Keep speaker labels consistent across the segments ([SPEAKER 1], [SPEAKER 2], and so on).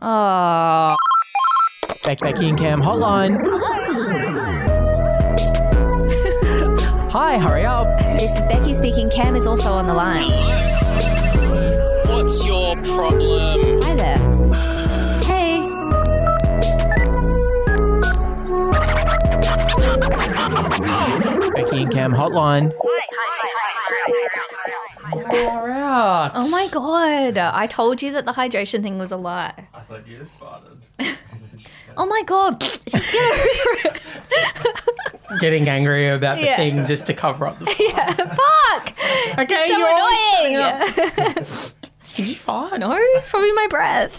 [SPEAKER 1] Oh.
[SPEAKER 2] Beck, Becky and Cam hotline. Hi, hurry up.
[SPEAKER 1] This is Becky speaking. Cam is also on the line.
[SPEAKER 3] What's your problem?
[SPEAKER 1] Hi there. Hey.
[SPEAKER 2] Becky and Cam hotline. All right.
[SPEAKER 1] Oh my god. I told you that the hydration thing was a lie.
[SPEAKER 4] I thought you spotted.
[SPEAKER 1] Oh my god. Just get over it.
[SPEAKER 2] Getting angry about the
[SPEAKER 1] Yeah.
[SPEAKER 2] thing just to cover up the.
[SPEAKER 1] Yeah. Fuck.
[SPEAKER 2] Okay,
[SPEAKER 1] So
[SPEAKER 2] you're all shutting up.
[SPEAKER 1] annoying.
[SPEAKER 2] Did you fart?
[SPEAKER 1] No, it's probably my breath.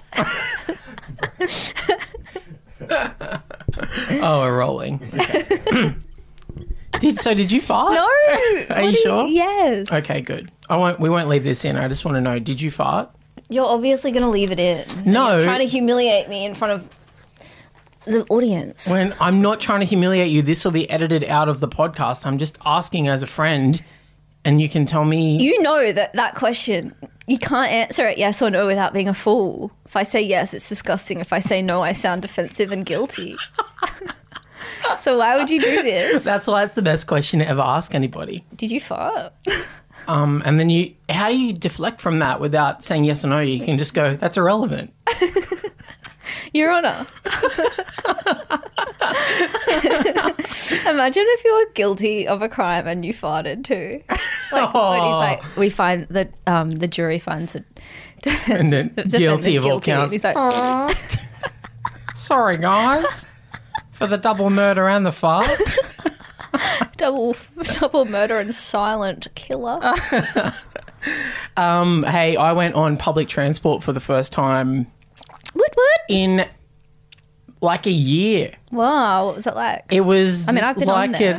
[SPEAKER 2] Oh, we're rolling. Okay. did so? Did you fart?
[SPEAKER 1] No.
[SPEAKER 2] Are you sure?
[SPEAKER 1] Yes.
[SPEAKER 2] Okay, good. I won't. We won't leave this in. I just want to know: Did you fart?
[SPEAKER 1] You're obviously going to leave it in.
[SPEAKER 2] No.
[SPEAKER 1] Trying to humiliate me in front of the audience.
[SPEAKER 2] When I'm not trying to humiliate you, this will be edited out of the podcast. I'm just asking as a friend, and you can tell me.
[SPEAKER 1] You know that that question, you can't answer it yes or no without being a fool. If I say yes, it's disgusting. If I say no, I sound defensive and guilty. so why would you do this?
[SPEAKER 2] that's why it's the best question to ever ask anybody.
[SPEAKER 1] Did you fart?
[SPEAKER 2] Um, and then you, how do you deflect from that without saying yes or no? You can just go, "That's irrelevant."
[SPEAKER 1] Your Honor. Imagine if you were guilty of a crime and you farted too. Like, when he's like, we find that um, the jury finds it defend-
[SPEAKER 2] And then
[SPEAKER 1] defendant
[SPEAKER 2] guilty of all
[SPEAKER 1] guilty. And
[SPEAKER 2] counts.
[SPEAKER 1] he's like,
[SPEAKER 2] Sorry, guys, for the double murder and the fart.
[SPEAKER 1] double, double murder and silent
[SPEAKER 2] Uh-huh.
[SPEAKER 1] killer.
[SPEAKER 2] Um, hey, I went on public transport for the first time
[SPEAKER 1] Wood wood.
[SPEAKER 2] in like a year.
[SPEAKER 1] Wow, what was it like?
[SPEAKER 2] It was. I
[SPEAKER 1] mean, I've been on
[SPEAKER 2] like It,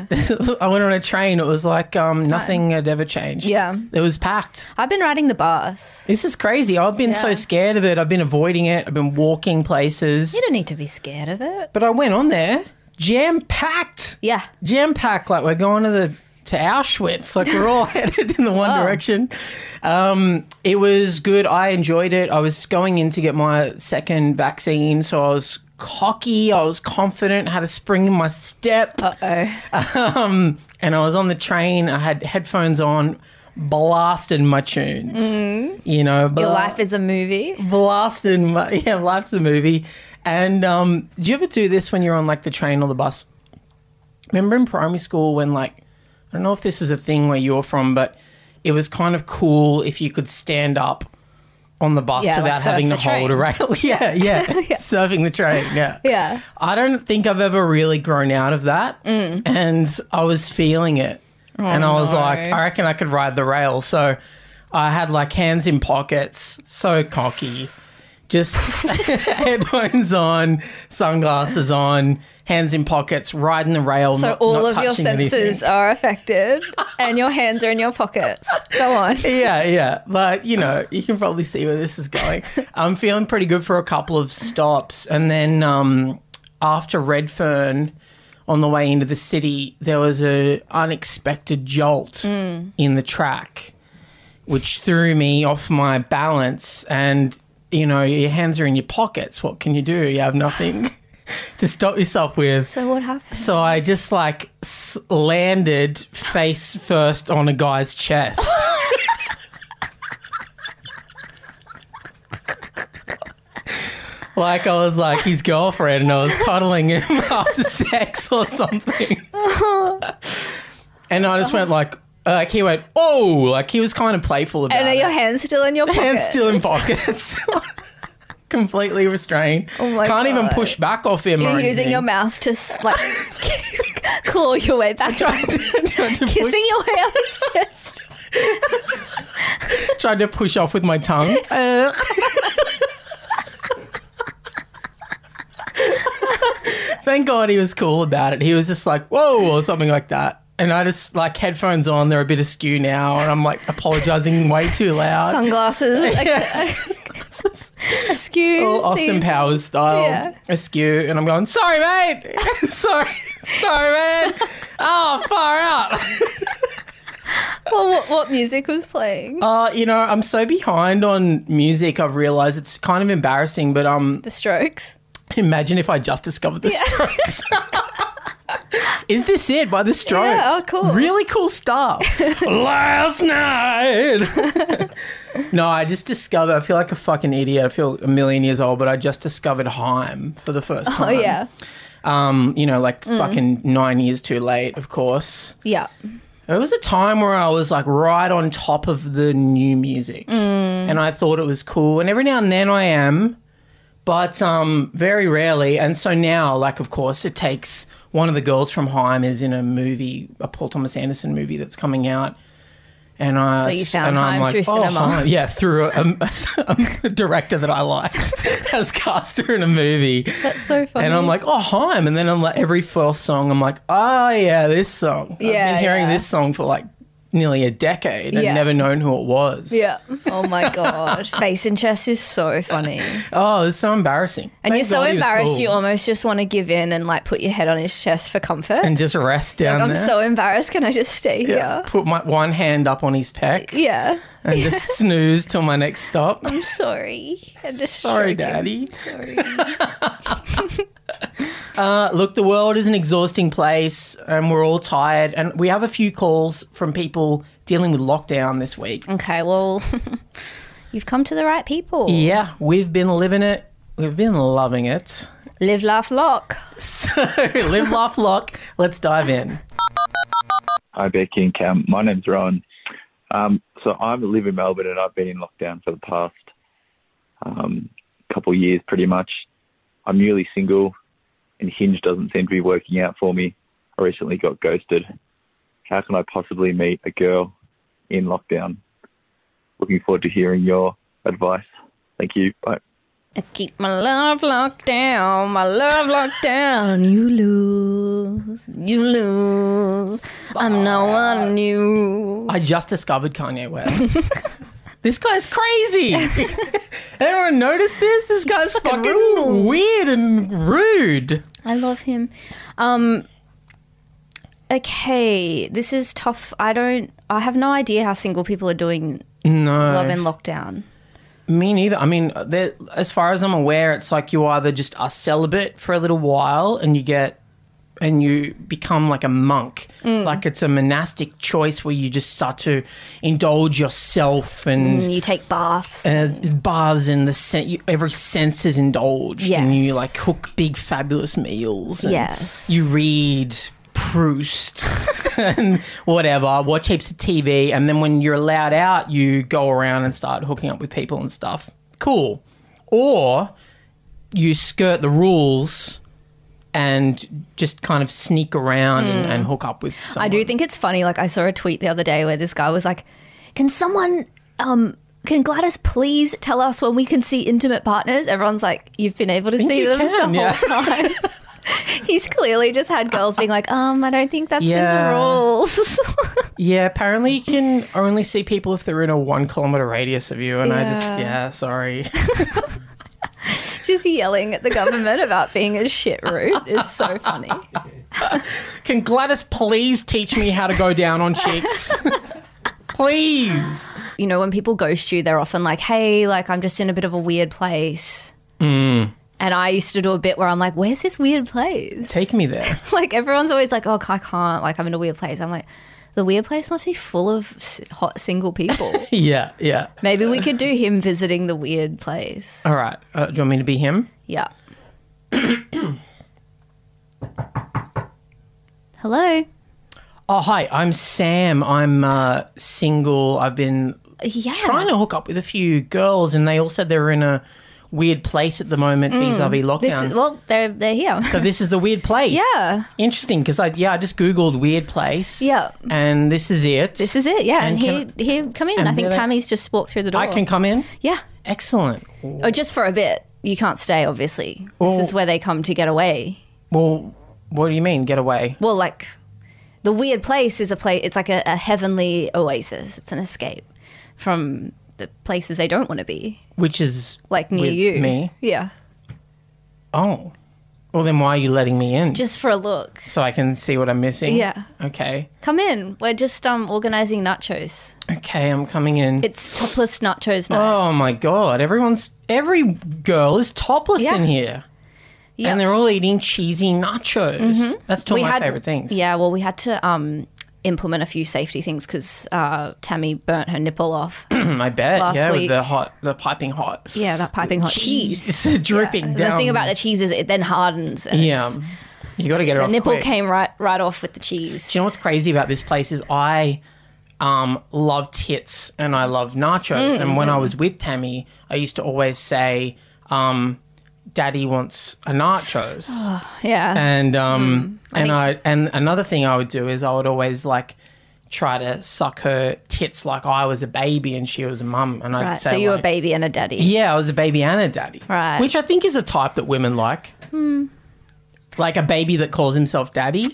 [SPEAKER 2] I went on a train. It was like um, nothing had ever changed.
[SPEAKER 1] Yeah.
[SPEAKER 2] it was packed.
[SPEAKER 1] I've been riding the bus.
[SPEAKER 2] This is crazy. I've been so
[SPEAKER 1] Yeah.
[SPEAKER 2] scared of it. I've been avoiding it. I've been walking places.
[SPEAKER 1] You don't need to be scared of it.
[SPEAKER 2] But I went on there, jam packed.
[SPEAKER 1] Yeah.
[SPEAKER 2] jam packed. Like we're going to the to Auschwitz. Like we're all headed in the one
[SPEAKER 1] Oh.
[SPEAKER 2] direction. Um, it was good. I enjoyed it. I was going in to get my second vaccine, so I was cocky. I was confident. Had a spring in my step, Um,
[SPEAKER 1] Uh oh.
[SPEAKER 2] and I was on the train. I had headphones on. Blasting my tunes, you know.
[SPEAKER 1] Mm-hmm. Your
[SPEAKER 2] bla-
[SPEAKER 1] life is a movie.
[SPEAKER 2] blasting my yeah, life's a movie. And um, do you ever do this when you're on like the train or the bus? Remember in primary school when like I don't know if this is a thing where you're from, but it was kind of cool if you could stand up on the bus
[SPEAKER 1] Yeah, like
[SPEAKER 2] without
[SPEAKER 1] surf
[SPEAKER 2] having
[SPEAKER 1] the
[SPEAKER 2] to hold a
[SPEAKER 1] train.
[SPEAKER 2] rail. yeah, yeah, Surfing the train. Yeah.
[SPEAKER 1] Yeah.
[SPEAKER 2] I don't think I've ever really grown out of that.
[SPEAKER 1] Mm.
[SPEAKER 2] And I was feeling it.
[SPEAKER 1] Oh,
[SPEAKER 2] and I was
[SPEAKER 1] no.
[SPEAKER 2] like, I reckon I could ride the rail. So I had like hands in pockets, so cocky, just headphones on, sunglasses on, hands in pockets, riding the rail.
[SPEAKER 1] So
[SPEAKER 2] not-
[SPEAKER 1] all
[SPEAKER 2] not
[SPEAKER 1] of your
[SPEAKER 2] touching anything.
[SPEAKER 1] senses are affected, and your hands are in your pockets. Go on.
[SPEAKER 2] Yeah, yeah. But, you know, you can probably see where this is going. I'm feeling pretty good for a couple of stops. And then um, after Redfern, on the way into the city, there was a unexpected jolt in the track, which threw me off my balance. And, you know, your hands are in your pockets. What can you do? You have nothing to stop yourself with.
[SPEAKER 1] So what happened?
[SPEAKER 2] So I just like s- landed face first on a guy's chest. like I was like his girlfriend and I was cuddling him after sex or something. and I just went like, like he went, oh, like he was kind of playful about
[SPEAKER 1] And are
[SPEAKER 2] it.
[SPEAKER 1] your hands still in your pockets?
[SPEAKER 2] Hands still in pockets. Completely restrained.
[SPEAKER 1] Oh my
[SPEAKER 2] Can't even
[SPEAKER 1] God.
[SPEAKER 2] push back off him.
[SPEAKER 1] You're
[SPEAKER 2] or
[SPEAKER 1] using
[SPEAKER 2] anything.
[SPEAKER 1] your mouth to s- like claw your way back,
[SPEAKER 2] tried to, tried to push,
[SPEAKER 1] kissing your way up his chest.
[SPEAKER 2] tried to push off with my tongue. Thank God he was cool about it. He was just like, whoa, or something like that. And I just like headphones on, they're a bit askew now, and I'm like apologizing way too loud.
[SPEAKER 1] Sunglasses, a- askew.
[SPEAKER 2] All Austin
[SPEAKER 1] these-
[SPEAKER 2] Powers style
[SPEAKER 1] Yeah.
[SPEAKER 2] askew, and I'm going, sorry, mate. sorry, sorry, man. Oh, far out.
[SPEAKER 1] Well, what, what music was playing?
[SPEAKER 2] Uh, you know, I'm so behind on music. I've realized it's kind of embarrassing, but um,
[SPEAKER 1] the Strokes.
[SPEAKER 2] imagine if I just discovered the Strokes. Is this it by the Strokes?
[SPEAKER 1] Yeah, oh, cool.
[SPEAKER 2] Really cool stuff. Last night. no, I just discovered. I feel like a fucking idiot. I feel a million years old, but I just discovered Heim for the first
[SPEAKER 1] Oh
[SPEAKER 2] time.
[SPEAKER 1] yeah, Mm.
[SPEAKER 2] Um, you know, like fucking nine years too late, of course.
[SPEAKER 1] yeah.
[SPEAKER 2] There was a time where I was like right on top of the new music
[SPEAKER 1] Mm.
[SPEAKER 2] and I thought it was cool. And every now and then I am, but um, very rarely. And so now, like, of course, it takes one of the girls from Heim is in a movie, a Paul Thomas Anderson movie that's coming out. And I,
[SPEAKER 1] So you found
[SPEAKER 2] and I'm
[SPEAKER 1] Haim
[SPEAKER 2] like,
[SPEAKER 1] through
[SPEAKER 2] "Oh,
[SPEAKER 1] cinema."
[SPEAKER 2] Haim." yeah, through a, a, a director that I like has cast her in a movie.
[SPEAKER 1] That's so funny.
[SPEAKER 2] And I'm like, oh, Heim. And then I'm like, every first song, I'm like, oh, yeah, this song. I've
[SPEAKER 1] Yeah,
[SPEAKER 2] been hearing
[SPEAKER 1] yeah.
[SPEAKER 2] this song for like nearly a decade and
[SPEAKER 1] Yeah.
[SPEAKER 2] never known who it was.
[SPEAKER 1] yeah. Oh my god, face and chest is so funny.
[SPEAKER 2] Oh, it's so embarrassing.
[SPEAKER 1] And you're so embarrassed, you
[SPEAKER 2] all
[SPEAKER 1] almost just want to give in and like put your head on his chest for comfort.
[SPEAKER 2] And just rest down
[SPEAKER 1] I'm
[SPEAKER 2] there.
[SPEAKER 1] so embarrassed. Can I just stay here?
[SPEAKER 2] Put my one hand up on his pec
[SPEAKER 1] Yeah.
[SPEAKER 2] and just snooze till my next stop.
[SPEAKER 1] I'm sorry. I'm just
[SPEAKER 2] Sorry,
[SPEAKER 1] joking.
[SPEAKER 2] Daddy.
[SPEAKER 1] Sorry.
[SPEAKER 2] Uh, look, the world is an exhausting place, and we're all tired. And we have a few calls from people dealing with lockdown this week.
[SPEAKER 1] Okay, well, you've come to the right people.
[SPEAKER 2] Yeah, we've been living it. We've been loving it.
[SPEAKER 1] Live, laugh, lock.
[SPEAKER 2] So, live, laugh, lock. Let's dive in.
[SPEAKER 5] Hi, Becky and E Cam. My name's Rowan. Um, so I live in Melbourne and I've been in lockdown for the past um, couple of years, pretty much. I'm newly single, and Hinge doesn't seem to be working out for me. I recently got ghosted. How can I possibly meet a girl in lockdown? Looking forward to hearing your advice. Thank you. Bye.
[SPEAKER 1] I keep my love locked down, my love locked down. You lose, you lose. I'm no one new.
[SPEAKER 2] I just discovered Kanye West. this guy's crazy. Everyone noticed this? This guy's
[SPEAKER 1] fucking
[SPEAKER 2] fucking,
[SPEAKER 1] rules.
[SPEAKER 2] weird and rude.
[SPEAKER 1] I love him. Um, okay, this is tough. I don't, I have no idea how single people are doing
[SPEAKER 2] No,
[SPEAKER 1] love in lockdown.
[SPEAKER 2] me neither. I mean, there- as far as I'm aware, it's like you either just are celibate for a little while and you get and you become like a monk.
[SPEAKER 1] Mm.
[SPEAKER 2] Like it's a monastic choice where you just start to indulge yourself and
[SPEAKER 1] You take baths.
[SPEAKER 2] and uh, bars and the sen- you- every sense is indulged and you
[SPEAKER 1] Yes.
[SPEAKER 2] like cook big fabulous meals and
[SPEAKER 1] Yes.
[SPEAKER 2] you read Proust and whatever, watch heaps of TV, and then when you're allowed out, you go around and start hooking up with people and stuff. Cool. Or you skirt the rules and just kind of sneak around and, and hook up with someone.
[SPEAKER 1] Hmm. I do think it's funny. Like I saw a tweet the other day where this guy was like, "Can someone, um, can Gladys please tell us when we can see intimate partners?" Everyone's like, "You've been able to see
[SPEAKER 2] you
[SPEAKER 1] them
[SPEAKER 2] can,
[SPEAKER 1] the
[SPEAKER 2] yeah.
[SPEAKER 1] whole time." He's clearly just had girls being like, "Um, I don't think that's
[SPEAKER 2] Yeah.
[SPEAKER 1] in the rules."
[SPEAKER 2] Yeah, apparently you can only see people if they're in a one kilometer radius of you, and I just
[SPEAKER 1] Yeah.
[SPEAKER 2] yeah, sorry.
[SPEAKER 1] just yelling at the government about being a shit root is so funny.
[SPEAKER 2] Can Gladys please teach me how to go down on chicks? please.
[SPEAKER 1] You know, when people ghost you, they're often like, "Hey, like I'm just in a bit of a weird place."
[SPEAKER 2] Mm.
[SPEAKER 1] And I used to do a bit where I'm like, "Where's this weird place?"
[SPEAKER 2] Take me there.
[SPEAKER 1] like everyone's always like, "Oh, I can't." Like I'm in a weird place. I'm like, the weird place must be full of s- hot single people.
[SPEAKER 2] Yeah, yeah.
[SPEAKER 1] Maybe we could do him visiting the weird place.
[SPEAKER 2] All right. Uh, do you want me to be him?
[SPEAKER 1] Yeah. Hello.
[SPEAKER 2] Oh, hi. I'm Sam. I'm uh, single. I've been
[SPEAKER 1] Yeah.
[SPEAKER 2] trying to hook up with a few girls, and they all said they're in a weird place at the moment vis-a-vis lockdown.
[SPEAKER 1] this is, well, they're they're here.
[SPEAKER 2] So this is the weird place.
[SPEAKER 1] Yeah.
[SPEAKER 2] Interesting because I yeah I just googled weird place.
[SPEAKER 1] Yeah.
[SPEAKER 2] And this is it.
[SPEAKER 1] this is it. Yeah, and,
[SPEAKER 2] And
[SPEAKER 1] he he come in.
[SPEAKER 2] and
[SPEAKER 1] I think
[SPEAKER 2] they're like-
[SPEAKER 1] Tammy's just walked through the door.
[SPEAKER 2] I can come in.
[SPEAKER 1] yeah.
[SPEAKER 2] Excellent.
[SPEAKER 1] Or just for a bit. You can't stay, obviously. This is where they come to get away.
[SPEAKER 2] Well, what do you mean get away?
[SPEAKER 1] well, like the weird place is a place. It's like a, a heavenly oasis. It's an escape from the places they don't want to be,
[SPEAKER 2] Which is
[SPEAKER 1] like near
[SPEAKER 2] With
[SPEAKER 1] you.
[SPEAKER 2] me?
[SPEAKER 1] yeah.
[SPEAKER 2] oh Well, then why are you letting me in?
[SPEAKER 1] just for a look.
[SPEAKER 2] so I can see what I'm missing?
[SPEAKER 1] Yeah.
[SPEAKER 2] Okay.
[SPEAKER 1] Come in. We're just um organizing nachos.
[SPEAKER 2] Okay, I'm coming in.
[SPEAKER 1] It's topless nachos night.
[SPEAKER 2] oh my god, everyone's every girl is topless
[SPEAKER 1] Yeah.
[SPEAKER 2] in here.
[SPEAKER 1] Yeah. Mm-hmm.
[SPEAKER 2] And they're all eating cheesy nachos. That's two of my
[SPEAKER 1] had-
[SPEAKER 2] favorite things.
[SPEAKER 1] Yeah, well, we had to um, implement a few safety things because uh, Tammy burnt her nipple off.
[SPEAKER 2] I bet.
[SPEAKER 1] Last
[SPEAKER 2] yeah, with the
[SPEAKER 1] week.
[SPEAKER 2] hot, the piping hot.
[SPEAKER 1] yeah, that piping hot cheese.
[SPEAKER 2] It's dripping down.
[SPEAKER 1] The thing about the cheese is it then hardens. And
[SPEAKER 2] yeah,
[SPEAKER 1] it's-
[SPEAKER 2] you got to get it
[SPEAKER 1] the
[SPEAKER 2] off.
[SPEAKER 1] nipple
[SPEAKER 2] quick.
[SPEAKER 1] came right right off with the cheese.
[SPEAKER 2] Do you know what's crazy about this place is I um, love tits and I love nachos. And when I
[SPEAKER 1] Mm.
[SPEAKER 2] was with Tammy, I used to always say, um, "Daddy wants a nachos."
[SPEAKER 1] yeah.
[SPEAKER 2] and um,
[SPEAKER 1] Hmm.
[SPEAKER 2] and I and another thing I would do is I would always like try to suck her tits like I was a baby and she was a mum. And I'd
[SPEAKER 1] right.
[SPEAKER 2] say,
[SPEAKER 1] So you were a
[SPEAKER 2] like,
[SPEAKER 1] baby and a daddy.
[SPEAKER 2] Yeah, I was a baby and a daddy.
[SPEAKER 1] Right. Hmm.
[SPEAKER 2] Which I think is a type that women like. Like a baby that calls himself daddy.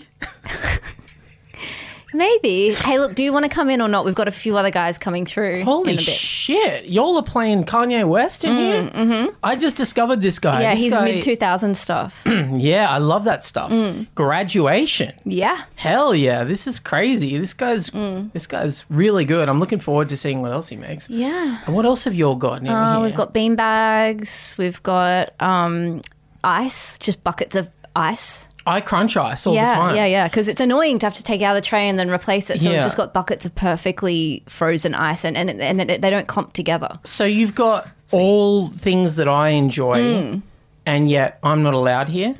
[SPEAKER 1] Maybe. Hey, look, do you want to come in or not? We've got a few other guys coming through. in a
[SPEAKER 2] Holy
[SPEAKER 1] bit. Mm,
[SPEAKER 2] shit. Y'all are playing Kanye West in here? Mm-hmm. I just discovered this guy.
[SPEAKER 1] Yeah,
[SPEAKER 2] This
[SPEAKER 1] he's
[SPEAKER 2] guy-
[SPEAKER 1] mid Mm. 2000 stuff.
[SPEAKER 2] Yeah, I love that stuff. Graduation.
[SPEAKER 1] yeah.
[SPEAKER 2] Hell yeah, this is crazy. This guy's this guy's really good. I'm looking forward to seeing what else he makes.
[SPEAKER 1] Mm. Yeah.
[SPEAKER 2] And what else have y'all got in
[SPEAKER 1] Uh,
[SPEAKER 2] here?
[SPEAKER 1] We've got bean bags. We've got um, ice, just buckets of ice.
[SPEAKER 2] I crunch ice all the
[SPEAKER 1] yeah,
[SPEAKER 2] time.
[SPEAKER 1] yeah, yeah. Because it's annoying to have to take out the tray and then replace it. So
[SPEAKER 2] Yeah.
[SPEAKER 1] we've just got buckets of perfectly frozen ice, and and, and then they don't clump together.
[SPEAKER 2] So you've got all things that I enjoy,
[SPEAKER 1] Mm.
[SPEAKER 2] and yet I'm not allowed here.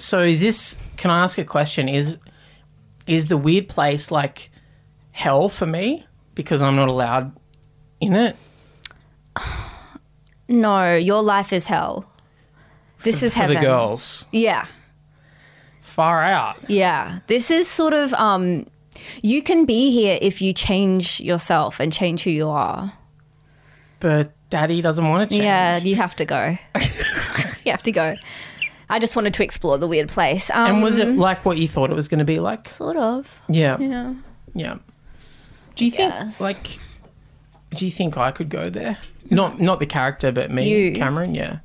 [SPEAKER 2] So is this? Can I ask a question? Is is the weird place like hell for me because I'm not allowed in it?
[SPEAKER 1] No, your life is hell. This is
[SPEAKER 2] for
[SPEAKER 1] heaven.
[SPEAKER 2] the girls?
[SPEAKER 1] Yeah,
[SPEAKER 2] Far out.
[SPEAKER 1] yeah. This is sort of um, you can be here if you change yourself and change who you are.
[SPEAKER 2] But Daddy doesn't want to change.
[SPEAKER 1] Yeah, you have to go. you have to go. I just wanted to explore the weird place. Um,
[SPEAKER 2] And was it like what you thought it was going to be like?
[SPEAKER 1] sort of?
[SPEAKER 2] Yeah.
[SPEAKER 1] Yeah.
[SPEAKER 2] Yeah. Do you think
[SPEAKER 1] guess.
[SPEAKER 2] like? Do you think I could go there? Not not the character, but me,
[SPEAKER 1] You.
[SPEAKER 2] Cameron. Yeah.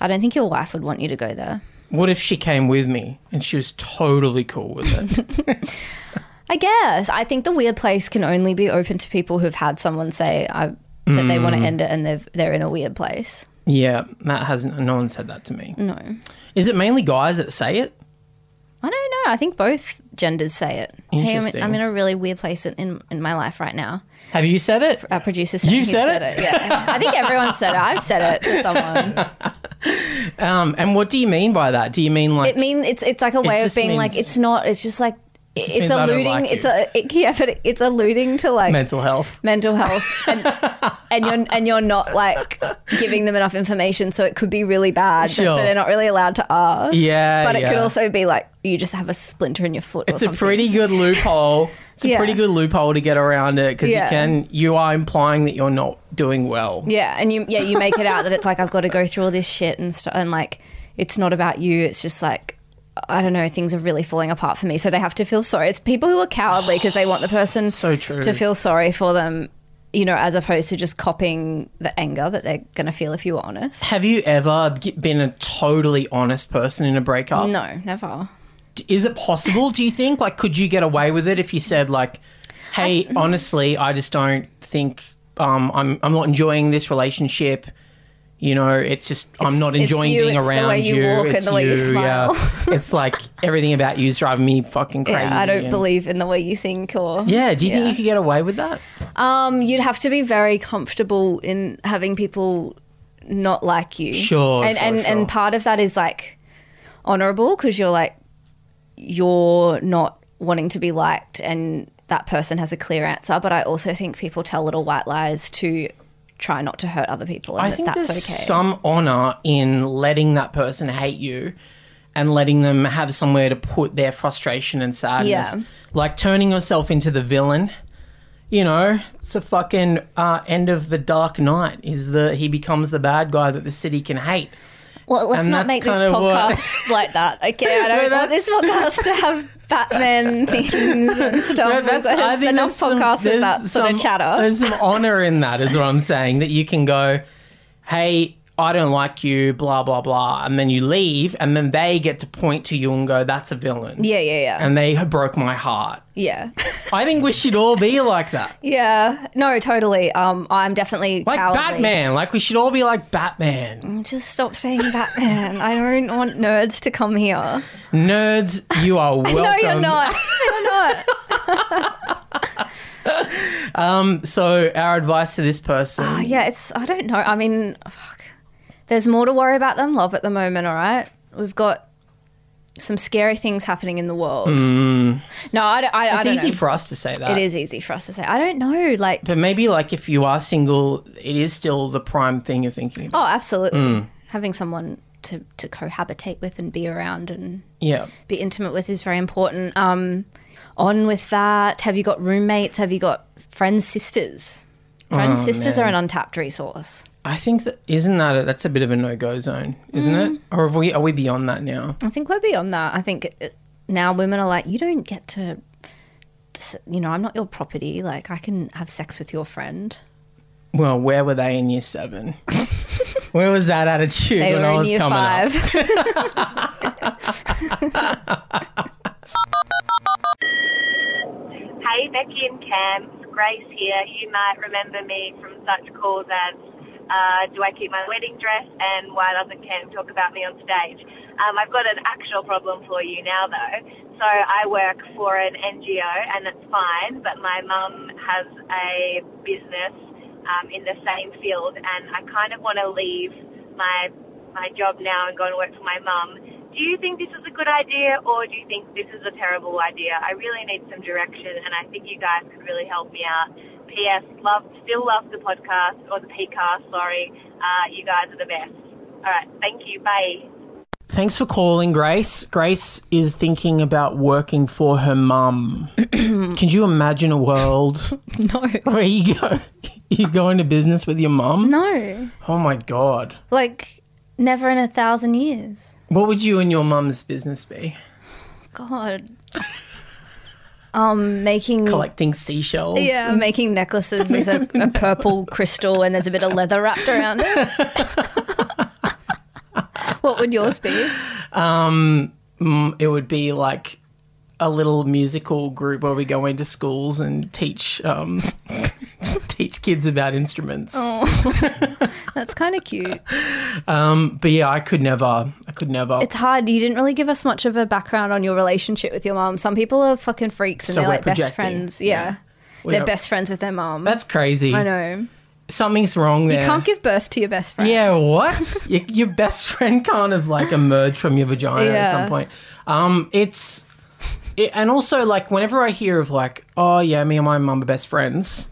[SPEAKER 1] I don't think your wife would want you to go there.
[SPEAKER 2] What if she came with me and she was totally cool with it?
[SPEAKER 1] I guess. I think the weird place can only be open to people who've had someone say I, that they want to
[SPEAKER 2] Mm.
[SPEAKER 1] end it and they've, they're in a weird place.
[SPEAKER 2] yeah, that hasn't. No one said that to me.
[SPEAKER 1] No.
[SPEAKER 2] Is it mainly guys that say it?
[SPEAKER 1] I don't know. I think both genders say it. Hey, I'm,
[SPEAKER 2] Interesting.
[SPEAKER 1] I'm in a really weird place in, in, in my life right now.
[SPEAKER 2] Have you said it?
[SPEAKER 1] Our producer said
[SPEAKER 2] You
[SPEAKER 1] he
[SPEAKER 2] said
[SPEAKER 1] it. Yeah. I think everyone said it. I've said it to someone.
[SPEAKER 2] Um, and what do you mean by that? Do you mean like?
[SPEAKER 1] It means it's it's like a way of
[SPEAKER 2] just
[SPEAKER 1] being like
[SPEAKER 2] means-
[SPEAKER 1] it's not. It's just like
[SPEAKER 2] just
[SPEAKER 1] it's
[SPEAKER 2] means I don't
[SPEAKER 1] alluding.
[SPEAKER 2] like
[SPEAKER 1] it's
[SPEAKER 2] you.
[SPEAKER 1] a it, yeah, but it's alluding to like
[SPEAKER 2] Mental health.
[SPEAKER 1] mental health and, and you're and you're not like giving them enough information so it could be really bad
[SPEAKER 2] Sure.
[SPEAKER 1] so they're not really allowed to ask
[SPEAKER 2] Yeah,
[SPEAKER 1] but it could
[SPEAKER 2] yeah.
[SPEAKER 1] also be like you just have a splinter in your foot or
[SPEAKER 2] It's a
[SPEAKER 1] something
[SPEAKER 2] pretty good loophole. It's a
[SPEAKER 1] Yeah.
[SPEAKER 2] pretty good loophole to get around it because
[SPEAKER 1] Yeah.
[SPEAKER 2] you can. You are implying that you're not doing well.
[SPEAKER 1] yeah and you yeah you make it out that it's like I've got to go through all this shit and stuff and like it's not about you it's just like I don't know things are really falling apart for me so they have to feel sorry it's people who are cowardly because they want the person
[SPEAKER 2] So true.
[SPEAKER 1] to feel sorry for them you know as opposed to just copying the anger that they're going to feel if you were honest
[SPEAKER 2] Have you ever g- been a totally honest person in a breakup?
[SPEAKER 1] no never
[SPEAKER 2] Is it possible, do you think? Like, could you get away with it if you said, like, hey,
[SPEAKER 1] Mm-hmm.
[SPEAKER 2] honestly, I just don't think um, I'm, I'm not enjoying this relationship. You know, it's just, I'm not
[SPEAKER 1] it's
[SPEAKER 2] enjoying
[SPEAKER 1] you,
[SPEAKER 2] being
[SPEAKER 1] it's the
[SPEAKER 2] around
[SPEAKER 1] way you walk and
[SPEAKER 2] it's
[SPEAKER 1] the way you smile.
[SPEAKER 2] Yeah. it's like everything about you is driving me fucking crazy.
[SPEAKER 1] Yeah, I don't
[SPEAKER 2] and-
[SPEAKER 1] believe in the way you think or
[SPEAKER 2] Yeah, do you think you could get away with that?
[SPEAKER 1] um you'd have to be very comfortable in having people not like you.
[SPEAKER 2] Sure,
[SPEAKER 1] And
[SPEAKER 2] sure,
[SPEAKER 1] and,
[SPEAKER 2] sure.
[SPEAKER 1] and part of that is like honorable because you're like you're not wanting to be liked and that person has a clear answer, but I also think people tell little white lies to try not to hurt other people and
[SPEAKER 2] I
[SPEAKER 1] that
[SPEAKER 2] think
[SPEAKER 1] that's
[SPEAKER 2] there's
[SPEAKER 1] okay.
[SPEAKER 2] some honor in letting that person hate you and letting them have somewhere to put their frustration and sadness.
[SPEAKER 1] Yeah.
[SPEAKER 2] Like turning yourself into the villain. You know, it's a fucking uh, end of the dark night is the he becomes the bad guy that the city can hate.
[SPEAKER 1] Well, let's
[SPEAKER 2] And
[SPEAKER 1] not
[SPEAKER 2] that's
[SPEAKER 1] make this
[SPEAKER 2] kinda what-
[SPEAKER 1] podcast like that. Okay, I don't
[SPEAKER 2] No,
[SPEAKER 1] want this podcast to have Batman things and stuff.
[SPEAKER 2] That's-
[SPEAKER 1] We've got enough
[SPEAKER 2] some-
[SPEAKER 1] podcasts with
[SPEAKER 2] there's
[SPEAKER 1] that sort of
[SPEAKER 2] some-
[SPEAKER 1] chatter.
[SPEAKER 2] There's some honor in that, is what I'm saying. That you can go, hey, I don't like you, blah, blah, blah. And then you leave, and then they get to point to you and go, that's a villain.
[SPEAKER 1] Yeah, yeah, yeah.
[SPEAKER 2] And they broke my heart.
[SPEAKER 1] yeah.
[SPEAKER 2] I think we should all be like that.
[SPEAKER 1] yeah. No, totally. Um, I'm definitely
[SPEAKER 2] Like
[SPEAKER 1] cowardly.
[SPEAKER 2] Batman. Like we should all be like Batman.
[SPEAKER 1] Just stop saying Batman. I don't want nerds to come here.
[SPEAKER 2] Nerds, you are welcome.
[SPEAKER 1] No, you're not. You're not.
[SPEAKER 2] Um, So our advice to this person.
[SPEAKER 1] Oh, yeah, it's. I don't know. I mean, fuck. There's more to worry about than love at the moment. All right, we've got some scary things happening in the world.
[SPEAKER 2] Mm.
[SPEAKER 1] No, I, d- I- I
[SPEAKER 2] it's
[SPEAKER 1] don't
[SPEAKER 2] easy
[SPEAKER 1] know.
[SPEAKER 2] for us to say that.
[SPEAKER 1] it is easy for us to say. I don't know. Like,
[SPEAKER 2] But maybe like if you are single, it is still the prime thing you're thinking about.
[SPEAKER 1] oh, absolutely.
[SPEAKER 2] Mm.
[SPEAKER 1] Having someone to to cohabitate with and be around and
[SPEAKER 2] Yeah.
[SPEAKER 1] be intimate with is very important. Um, on with that. Have you got roommates? Have you got friends, sisters? Friends,
[SPEAKER 2] Oh,
[SPEAKER 1] sisters are
[SPEAKER 2] man.
[SPEAKER 1] an untapped resource.
[SPEAKER 2] I think that isn't that a, that's a bit of a no go zone, isn't it?
[SPEAKER 1] Mm.
[SPEAKER 2] Or have we are we beyond that now?
[SPEAKER 1] I think we're beyond that. I think it, now women are like, you don't get to, dis- you know, I'm not your property. Like, I can have sex with your friend.
[SPEAKER 2] Well, where were they in year seven? where was that attitude
[SPEAKER 1] They
[SPEAKER 2] when
[SPEAKER 1] were
[SPEAKER 2] I
[SPEAKER 1] in
[SPEAKER 2] was
[SPEAKER 1] year
[SPEAKER 2] coming up?
[SPEAKER 1] five.
[SPEAKER 6] Hey, Becky and Cam, it's Grace here. You might remember me from such calls as uh, Do I keep my wedding dress and why doesn't Cam talk about me on stage? Um, I've got an actual problem for you now, though. So I work for an NGO and it's fine, but my mum has a business um, in the same field and I kind of want to leave my, my job now and go and work for my mum. Do you think this is a good idea or do you think this is a terrible idea? I really need some direction and I think you guys could really help me out. P.S. Love, still love the podcast or the PCast, sorry. Uh, you guys are the best. All right, thank you. Bye.
[SPEAKER 2] Thanks for calling, Grace. Grace is thinking about working for her mum. Can you imagine a world
[SPEAKER 1] no,
[SPEAKER 2] where you go you go into business with your mum?
[SPEAKER 1] no,
[SPEAKER 2] Oh my god.
[SPEAKER 1] like never in a thousand years.
[SPEAKER 2] What would you and your mum's business be?
[SPEAKER 1] God, um, making.
[SPEAKER 2] Collecting seashells.
[SPEAKER 1] yeah, making necklaces with a, a purple crystal and there's a bit of leather wrapped around it. what would yours be?
[SPEAKER 2] Um, it would be like a little musical group where we go into schools and teach um, teach kids about instruments.
[SPEAKER 1] Oh. That's kind of cute.
[SPEAKER 2] But yeah, I could never. I could never.
[SPEAKER 1] it's hard. You didn't really give us much of a background on your relationship with your mom. Some people are fucking freaks and
[SPEAKER 2] So
[SPEAKER 1] they're
[SPEAKER 2] we're
[SPEAKER 1] like
[SPEAKER 2] projecting.
[SPEAKER 1] best friends. Yeah.
[SPEAKER 2] We
[SPEAKER 1] They're
[SPEAKER 2] don't-
[SPEAKER 1] best friends with their mom.
[SPEAKER 2] That's crazy.
[SPEAKER 1] I know.
[SPEAKER 2] Something's wrong there.
[SPEAKER 1] You can't give birth to your best friend.
[SPEAKER 2] Yeah, what? your, your best friend kind of like emerge from your vagina at
[SPEAKER 1] Yeah.
[SPEAKER 2] some point. Um, it's it, and also like whenever I hear of like, oh yeah, me and my mum are best friends,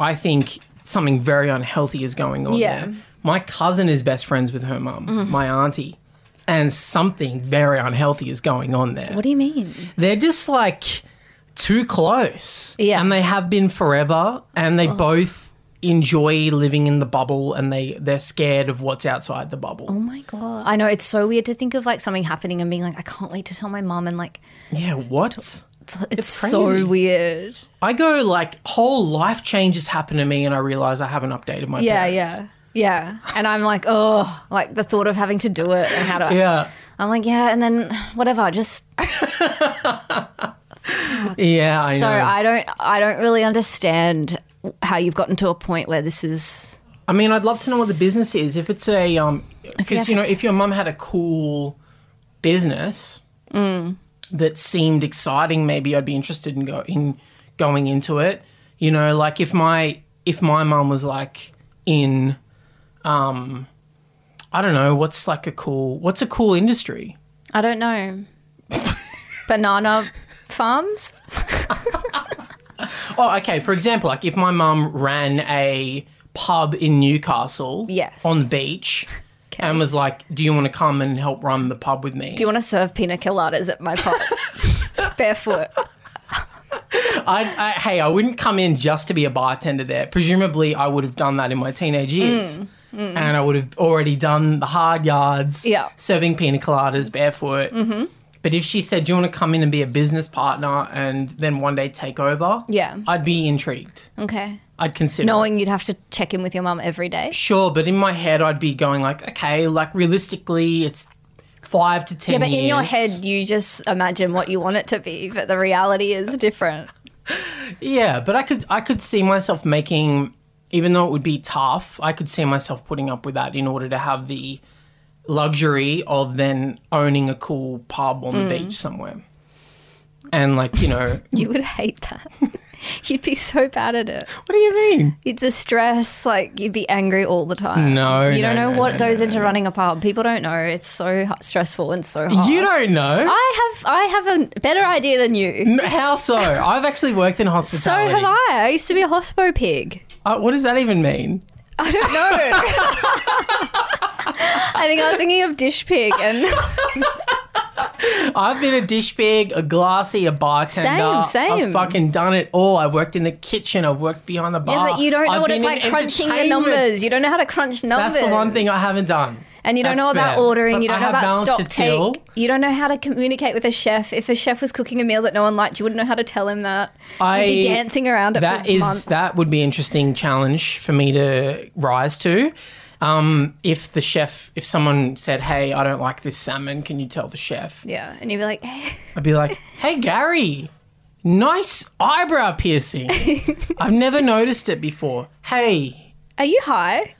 [SPEAKER 2] I think something very unhealthy is going on.
[SPEAKER 1] Yeah. Mm-hmm.
[SPEAKER 2] there. my cousin is best friends with her mum, my auntie, and something very unhealthy is going on there.
[SPEAKER 1] What do you mean?
[SPEAKER 2] They're just like too close.
[SPEAKER 1] Yeah. Oh.
[SPEAKER 2] And they have been forever and they both enjoy living in the bubble and they they're scared of what's outside the bubble.
[SPEAKER 1] Oh my God. I know. It's so weird to think of like something happening and being like, I can't wait to tell my mom. And like,
[SPEAKER 2] Yeah, what?
[SPEAKER 1] it's, it's, so
[SPEAKER 2] crazy.
[SPEAKER 1] weird.
[SPEAKER 2] I go like whole life changes happen to me and I realize I haven't updated my
[SPEAKER 1] Yeah.
[SPEAKER 2] parents.
[SPEAKER 1] Yeah. Yeah. And I'm like, oh, like the thought of having to do it and how do I.
[SPEAKER 2] Yeah.
[SPEAKER 1] I'm like, yeah. And then whatever, just
[SPEAKER 2] Yeah, I
[SPEAKER 1] so
[SPEAKER 2] know. I,
[SPEAKER 1] I don't I don't really understand how you've gotten to a point where this is
[SPEAKER 2] mean, I'd love to know what the business is. If it's a um
[SPEAKER 1] you
[SPEAKER 2] because
[SPEAKER 1] have
[SPEAKER 2] you know,
[SPEAKER 1] to-
[SPEAKER 2] if your mum had a cool business
[SPEAKER 1] Mm.
[SPEAKER 2] that seemed exciting, maybe I'd be interested in, go- in going into it. You know, like if my if my mum was like in, um, I don't know, what's like a cool what's a cool industry?
[SPEAKER 1] I don't know. Banana farms?
[SPEAKER 2] Oh, okay. For example, like if my mum ran a pub in Newcastle,
[SPEAKER 1] Yes.
[SPEAKER 2] on the beach.
[SPEAKER 1] Okay.
[SPEAKER 2] And was like, "Do you want to come and help run the pub with me?"
[SPEAKER 1] Do you want to serve pina coladas at my pub? Barefoot.
[SPEAKER 2] I, I, hey, I wouldn't come in just to be a bartender there. Presumably, I would have done that in my teenage years.
[SPEAKER 7] Mm,
[SPEAKER 2] And I would have already done the hard yards,
[SPEAKER 1] Yeah.
[SPEAKER 2] serving pina coladas barefoot. Mm-hmm. But if she said, Do you want to come in and be a business partner and then one day take over?
[SPEAKER 1] Yeah.
[SPEAKER 2] I'd be intrigued.
[SPEAKER 1] Okay.
[SPEAKER 2] I'd consider. it.
[SPEAKER 7] knowing you'd have to check in with your mum every day.
[SPEAKER 2] Sure, but in my head, I'd be going like, okay, like realistically, it's five to ten.
[SPEAKER 7] Yeah, but in your
[SPEAKER 2] years.
[SPEAKER 7] head, you just imagine what you want it to be, but the reality is different.
[SPEAKER 2] Yeah, but I could I could see myself making, even though it would be tough, I could see myself putting up with that in order to have the luxury of then owning a cool pub
[SPEAKER 7] Mm.
[SPEAKER 2] on the beach somewhere. And like you know,
[SPEAKER 7] You would hate that. you'd be so bad at it.
[SPEAKER 2] what do you mean?
[SPEAKER 7] You'd the stress, like you'd be angry all the time.
[SPEAKER 2] No,
[SPEAKER 7] you don't
[SPEAKER 2] no,
[SPEAKER 7] know
[SPEAKER 2] no,
[SPEAKER 7] what
[SPEAKER 2] no,
[SPEAKER 7] goes
[SPEAKER 2] no,
[SPEAKER 7] into running a pub. People don't know. It's so hu- stressful and so hard.
[SPEAKER 2] You don't know
[SPEAKER 7] Oh. I have I have a better idea than you.
[SPEAKER 2] how so? I've actually worked in
[SPEAKER 7] So
[SPEAKER 2] hospitality.
[SPEAKER 7] have I. I used to be a hospo pig.
[SPEAKER 2] Uh, what does that even mean?
[SPEAKER 7] I don't know. I think I was thinking of dish pig and
[SPEAKER 2] I've been a dish pig, a glassy, a bartender.
[SPEAKER 7] Same, same.
[SPEAKER 2] I've fucking done it all. I've worked in the kitchen. I've worked behind the
[SPEAKER 7] yeah,
[SPEAKER 2] bar.
[SPEAKER 7] but you don't know
[SPEAKER 2] I've
[SPEAKER 7] what
[SPEAKER 2] been
[SPEAKER 7] it's
[SPEAKER 2] in
[SPEAKER 7] like crunching the
[SPEAKER 2] entertainment.
[SPEAKER 7] numbers. You don't know how to crunch numbers.
[SPEAKER 2] That's the one thing I haven't done.
[SPEAKER 7] And you don't
[SPEAKER 2] That's
[SPEAKER 7] know about
[SPEAKER 2] fair.
[SPEAKER 7] ordering.
[SPEAKER 2] But
[SPEAKER 7] you don't
[SPEAKER 2] I
[SPEAKER 7] know
[SPEAKER 2] have
[SPEAKER 7] about
[SPEAKER 2] balance
[SPEAKER 7] stock
[SPEAKER 2] to
[SPEAKER 7] take.
[SPEAKER 2] till.
[SPEAKER 7] You don't know how to communicate with a chef. If a chef was cooking a meal that no one liked, you wouldn't know how to tell him that. You'd be
[SPEAKER 2] I-
[SPEAKER 7] dancing around it
[SPEAKER 2] That
[SPEAKER 7] for
[SPEAKER 2] is
[SPEAKER 7] months.
[SPEAKER 2] that would be an interesting challenge for me to rise to. Um, if the chef, if someone said, "Hey, I don't like this salmon," can you tell the chef?
[SPEAKER 7] yeah, and you'd be like, hey.
[SPEAKER 2] I'd be like, "Hey, Gary, nice eyebrow piercing. I've never noticed it before. Hey,
[SPEAKER 7] "Are you high?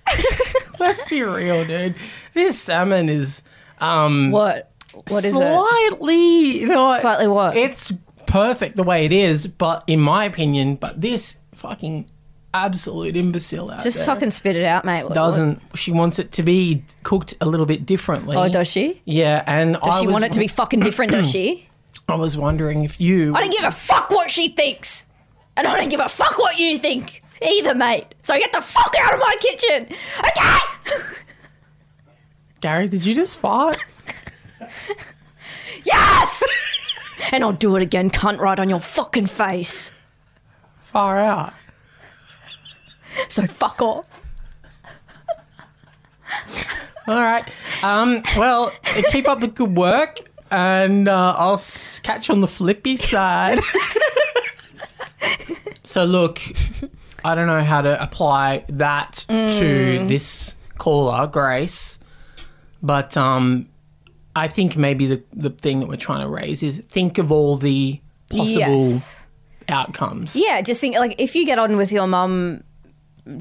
[SPEAKER 2] Let's be real, dude. This salmon is um
[SPEAKER 7] What? What is it?
[SPEAKER 2] slightly, you know, what?
[SPEAKER 7] Slightly what?
[SPEAKER 2] It's perfect the way it is, but in my opinion, but this fucking absolute imbecile out
[SPEAKER 7] Just
[SPEAKER 2] there
[SPEAKER 7] fucking spit it out, mate. What-
[SPEAKER 2] doesn't. She wants it to be cooked a little bit differently.
[SPEAKER 7] what- Oh, does she?
[SPEAKER 2] Yeah, and
[SPEAKER 7] Does
[SPEAKER 2] I
[SPEAKER 7] she
[SPEAKER 2] was,
[SPEAKER 7] want it to be fucking different? does she?
[SPEAKER 2] I was wondering if you.
[SPEAKER 7] I don't give a fuck what she thinks, and I don't give a fuck what you think either, mate. So get the fuck out of my kitchen, okay?
[SPEAKER 2] Gary, did you just fart?
[SPEAKER 7] Yes! and I'll do it again, cunt, right on your fucking face.
[SPEAKER 2] Far out.
[SPEAKER 7] So fuck off.
[SPEAKER 2] All right. Um, well, keep up the good work, and uh, I'll s- catch you on the flippy side. so, look, I don't know how to apply that to this caller, Grace, but um, I think maybe the, the thing that we're trying to raise is think of all the possible outcomes.
[SPEAKER 7] Yeah, just think like if you get on with your mum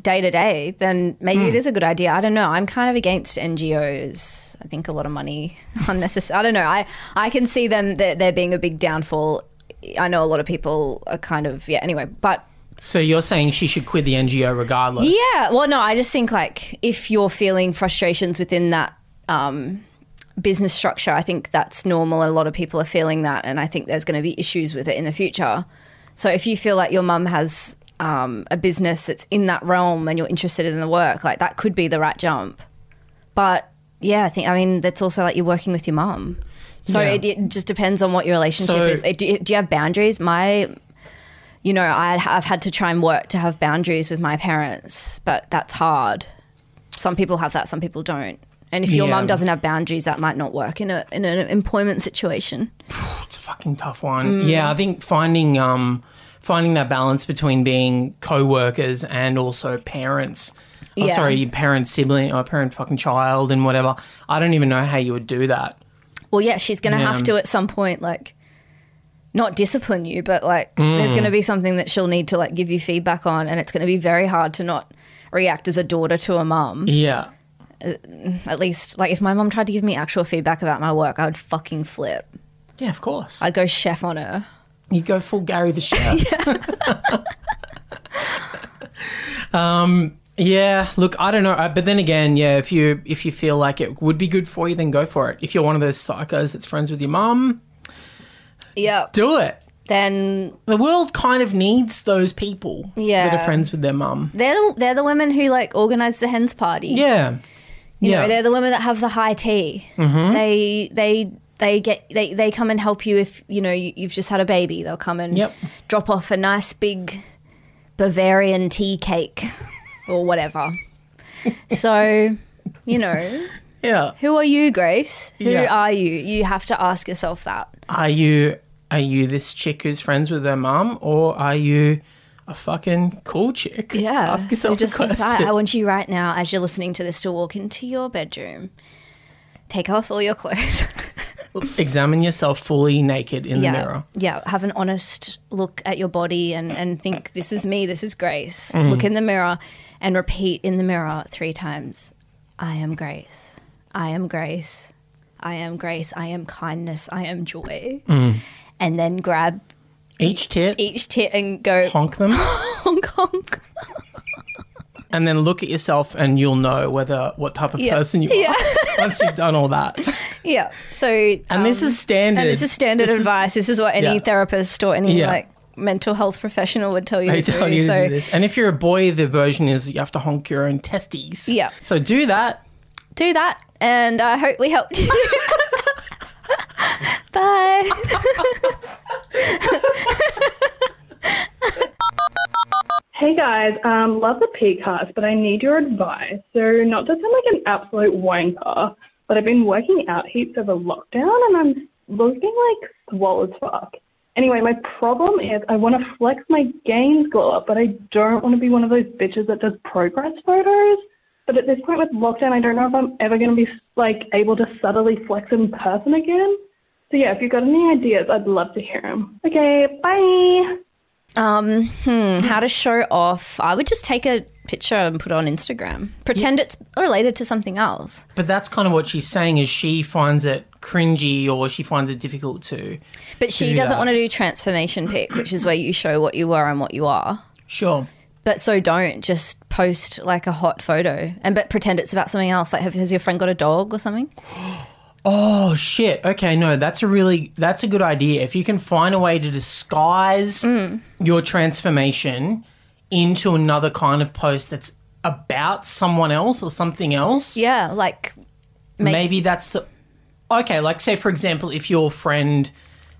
[SPEAKER 7] day to day, then maybe it is a good idea. I don't know. I'm kind of against NGOs. I think a lot of money unnecessary. I don't know. I I can see them there, there being a big downfall. I know a lot of people are kind of yeah. Anyway, but
[SPEAKER 2] So, you're saying she should quit the NGO regardless?
[SPEAKER 7] Yeah. Well, no, I just think like if you're feeling frustrations within that um, business structure, I think that's normal. And a lot of people are feeling that. And I think there's going to be issues with it in the future. So if you feel like your mum has um, a business that's in that realm and you're interested in the work, like that could be the right jump. But yeah, I think, I mean, that's also like you're working with your mum. So
[SPEAKER 2] Yeah.
[SPEAKER 7] it, it just depends on what your relationship
[SPEAKER 2] So-
[SPEAKER 7] is. Uh, Do, you- do you have boundaries? My you know, I, I've had to try and work to have boundaries with my parents, but that's hard. Some people have that, some people don't. And if your
[SPEAKER 2] Yeah.
[SPEAKER 7] mum doesn't have boundaries, that might not work in, a, in an employment situation.
[SPEAKER 2] It's a fucking tough one. Yeah, I think finding um finding that balance between being co-workers and also parents. Oh,
[SPEAKER 7] Yeah.
[SPEAKER 2] sorry, parent sibling or parent fucking child and whatever. I don't even know how you would do that.
[SPEAKER 7] Well, yeah, she's going to
[SPEAKER 2] Yeah.
[SPEAKER 7] have to at some point, like, not discipline you, but like, there's going to
[SPEAKER 2] Mm.
[SPEAKER 7] be something that she'll need to, like, give you feedback on. And it's going to be very hard to not react as a daughter to a mum.
[SPEAKER 2] Yeah.
[SPEAKER 7] At least, like, if my mum tried to give me actual feedback about my work, I would fucking flip.
[SPEAKER 2] Yeah, of course.
[SPEAKER 7] I'd go chef on her.
[SPEAKER 2] you go full Gary the chef. um Um, yeah, look, I don't know, Uh, but then again, yeah, if you if you feel like it would be good for you, then go for it. If you're one of those psychos that's friends with your mum,
[SPEAKER 7] Yeah.
[SPEAKER 2] do it.
[SPEAKER 7] Then
[SPEAKER 2] the world kind of needs those people that are
[SPEAKER 7] Yeah.
[SPEAKER 2] friends with their mum.
[SPEAKER 7] They're the, they're the women who like organize the hens party.
[SPEAKER 2] Yeah.
[SPEAKER 7] You
[SPEAKER 2] yeah. Mm-hmm.
[SPEAKER 7] know, they're the women that have the high tea. They they they get they, they come and help you if you know you, you've just had a baby. They'll come and
[SPEAKER 2] Yep.
[SPEAKER 7] drop off a nice big Bavarian tea cake or whatever. so, you know,
[SPEAKER 2] yeah.
[SPEAKER 7] who are you, Grace? Who
[SPEAKER 2] Yeah.
[SPEAKER 7] are you? You have to ask yourself that.
[SPEAKER 2] Are you are you this chick who's friends with her mum or are you a fucking cool chick.
[SPEAKER 7] Yeah.
[SPEAKER 2] Ask yourself
[SPEAKER 7] you just
[SPEAKER 2] a question.
[SPEAKER 7] decide. I want you right now, as you're listening to this, to walk into your bedroom, take off all your clothes.
[SPEAKER 2] Examine yourself fully naked in
[SPEAKER 7] yeah.
[SPEAKER 2] the mirror.
[SPEAKER 7] Yeah. Have an honest look at your body and, and think, this is me, this is Grace.
[SPEAKER 2] Mm.
[SPEAKER 7] Look in the mirror and repeat in the mirror three times I am Grace. I am Grace. I am Grace. I am kindness. I am joy.
[SPEAKER 2] Mm.
[SPEAKER 7] And then grab
[SPEAKER 2] Each tit,
[SPEAKER 7] each tit and go,
[SPEAKER 2] honk them,
[SPEAKER 7] honk, honk.
[SPEAKER 2] and then look at yourself, and you'll know whether what type of
[SPEAKER 7] Yeah.
[SPEAKER 2] person you
[SPEAKER 7] Yeah.
[SPEAKER 2] are once you've done all that.
[SPEAKER 7] Yeah. So. And
[SPEAKER 2] And this is standard.
[SPEAKER 7] And this is standard advice. this is what any
[SPEAKER 2] yeah.
[SPEAKER 7] therapist or any
[SPEAKER 2] Yeah.
[SPEAKER 7] like mental health professional would tell you
[SPEAKER 2] They
[SPEAKER 7] to
[SPEAKER 2] tell
[SPEAKER 7] do.
[SPEAKER 2] you
[SPEAKER 7] so
[SPEAKER 2] to do this. And if you're a boy, the version is you have to honk your own testes.
[SPEAKER 7] Yeah.
[SPEAKER 2] So do that.
[SPEAKER 7] do that, and I hope we helped you. Bye.
[SPEAKER 8] Hey guys, um, love the PCAST, but I need your advice. So, not to sound like an absolute wanker, but I've been working out heaps over lockdown and I'm looking like swole as fuck. Anyway, my problem is I want to flex my gains glow up, but I don't want to be one of those bitches that does progress photos. But at this point with lockdown, I don't know if I'm ever going to be like able to subtly flex in person again. So yeah, if you've got any ideas, I'd love to hear 'em. Okay, bye.
[SPEAKER 7] Um, hmm, how to show off? I would just take a picture and put it on Instagram. Pretend it's related to something else.
[SPEAKER 2] But that's kind of what she's saying is she finds it cringy or she finds it difficult to.
[SPEAKER 7] But she
[SPEAKER 2] Do
[SPEAKER 7] doesn't
[SPEAKER 2] that.
[SPEAKER 7] want to do transformation pic, which is where you show what you were and what you are.
[SPEAKER 2] Sure.
[SPEAKER 7] But so don't just post like a hot photo and but pretend it's about something else. Like, have, has your friend got a dog or something?
[SPEAKER 2] Oh shit. Okay, no, that's a really that's a good idea. If you can find a way to disguise your transformation into another kind of post that's about someone else or something else,
[SPEAKER 7] Yeah, like
[SPEAKER 2] maybe that's okay. Like, say for example, if your friend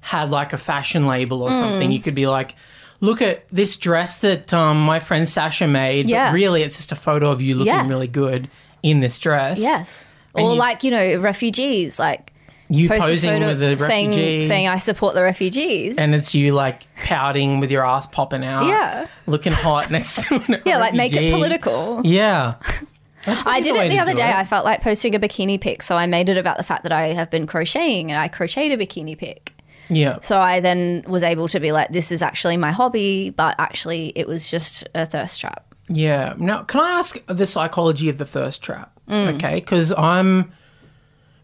[SPEAKER 2] had like a fashion label or something,
[SPEAKER 7] Mm.
[SPEAKER 2] you could be like, "Look at this dress that um, my friend Sasha made."
[SPEAKER 7] Yeah.
[SPEAKER 2] But really, it's just a photo of you looking
[SPEAKER 7] Yeah.
[SPEAKER 2] really good in this dress.
[SPEAKER 7] yes,
[SPEAKER 2] And
[SPEAKER 7] or
[SPEAKER 2] you-
[SPEAKER 7] like you know refugees, like
[SPEAKER 2] you
[SPEAKER 7] post a
[SPEAKER 2] posing
[SPEAKER 7] photo
[SPEAKER 2] with a
[SPEAKER 7] saying
[SPEAKER 2] refugee,
[SPEAKER 7] saying I support the refugees.
[SPEAKER 2] and it's you like pouting with your ass popping out,
[SPEAKER 7] Yeah.
[SPEAKER 2] looking hot next. to an
[SPEAKER 7] yeah, like make it
[SPEAKER 2] refugee.
[SPEAKER 7] political.
[SPEAKER 2] Yeah, That's
[SPEAKER 7] I
[SPEAKER 2] probably
[SPEAKER 7] did
[SPEAKER 2] way
[SPEAKER 7] it the
[SPEAKER 2] to
[SPEAKER 7] other
[SPEAKER 2] do
[SPEAKER 7] day.
[SPEAKER 2] it.
[SPEAKER 7] I felt like posting a bikini pic, so I made it about the fact that I have been crocheting and I crocheted a bikini pic.
[SPEAKER 2] yeah,
[SPEAKER 7] So I then was able to be like, this is actually my hobby, but actually it was just a thirst trap.
[SPEAKER 2] Yeah. Now, can I ask the psychology of the thirst trap?
[SPEAKER 7] Mm.
[SPEAKER 2] Okay, because I'm,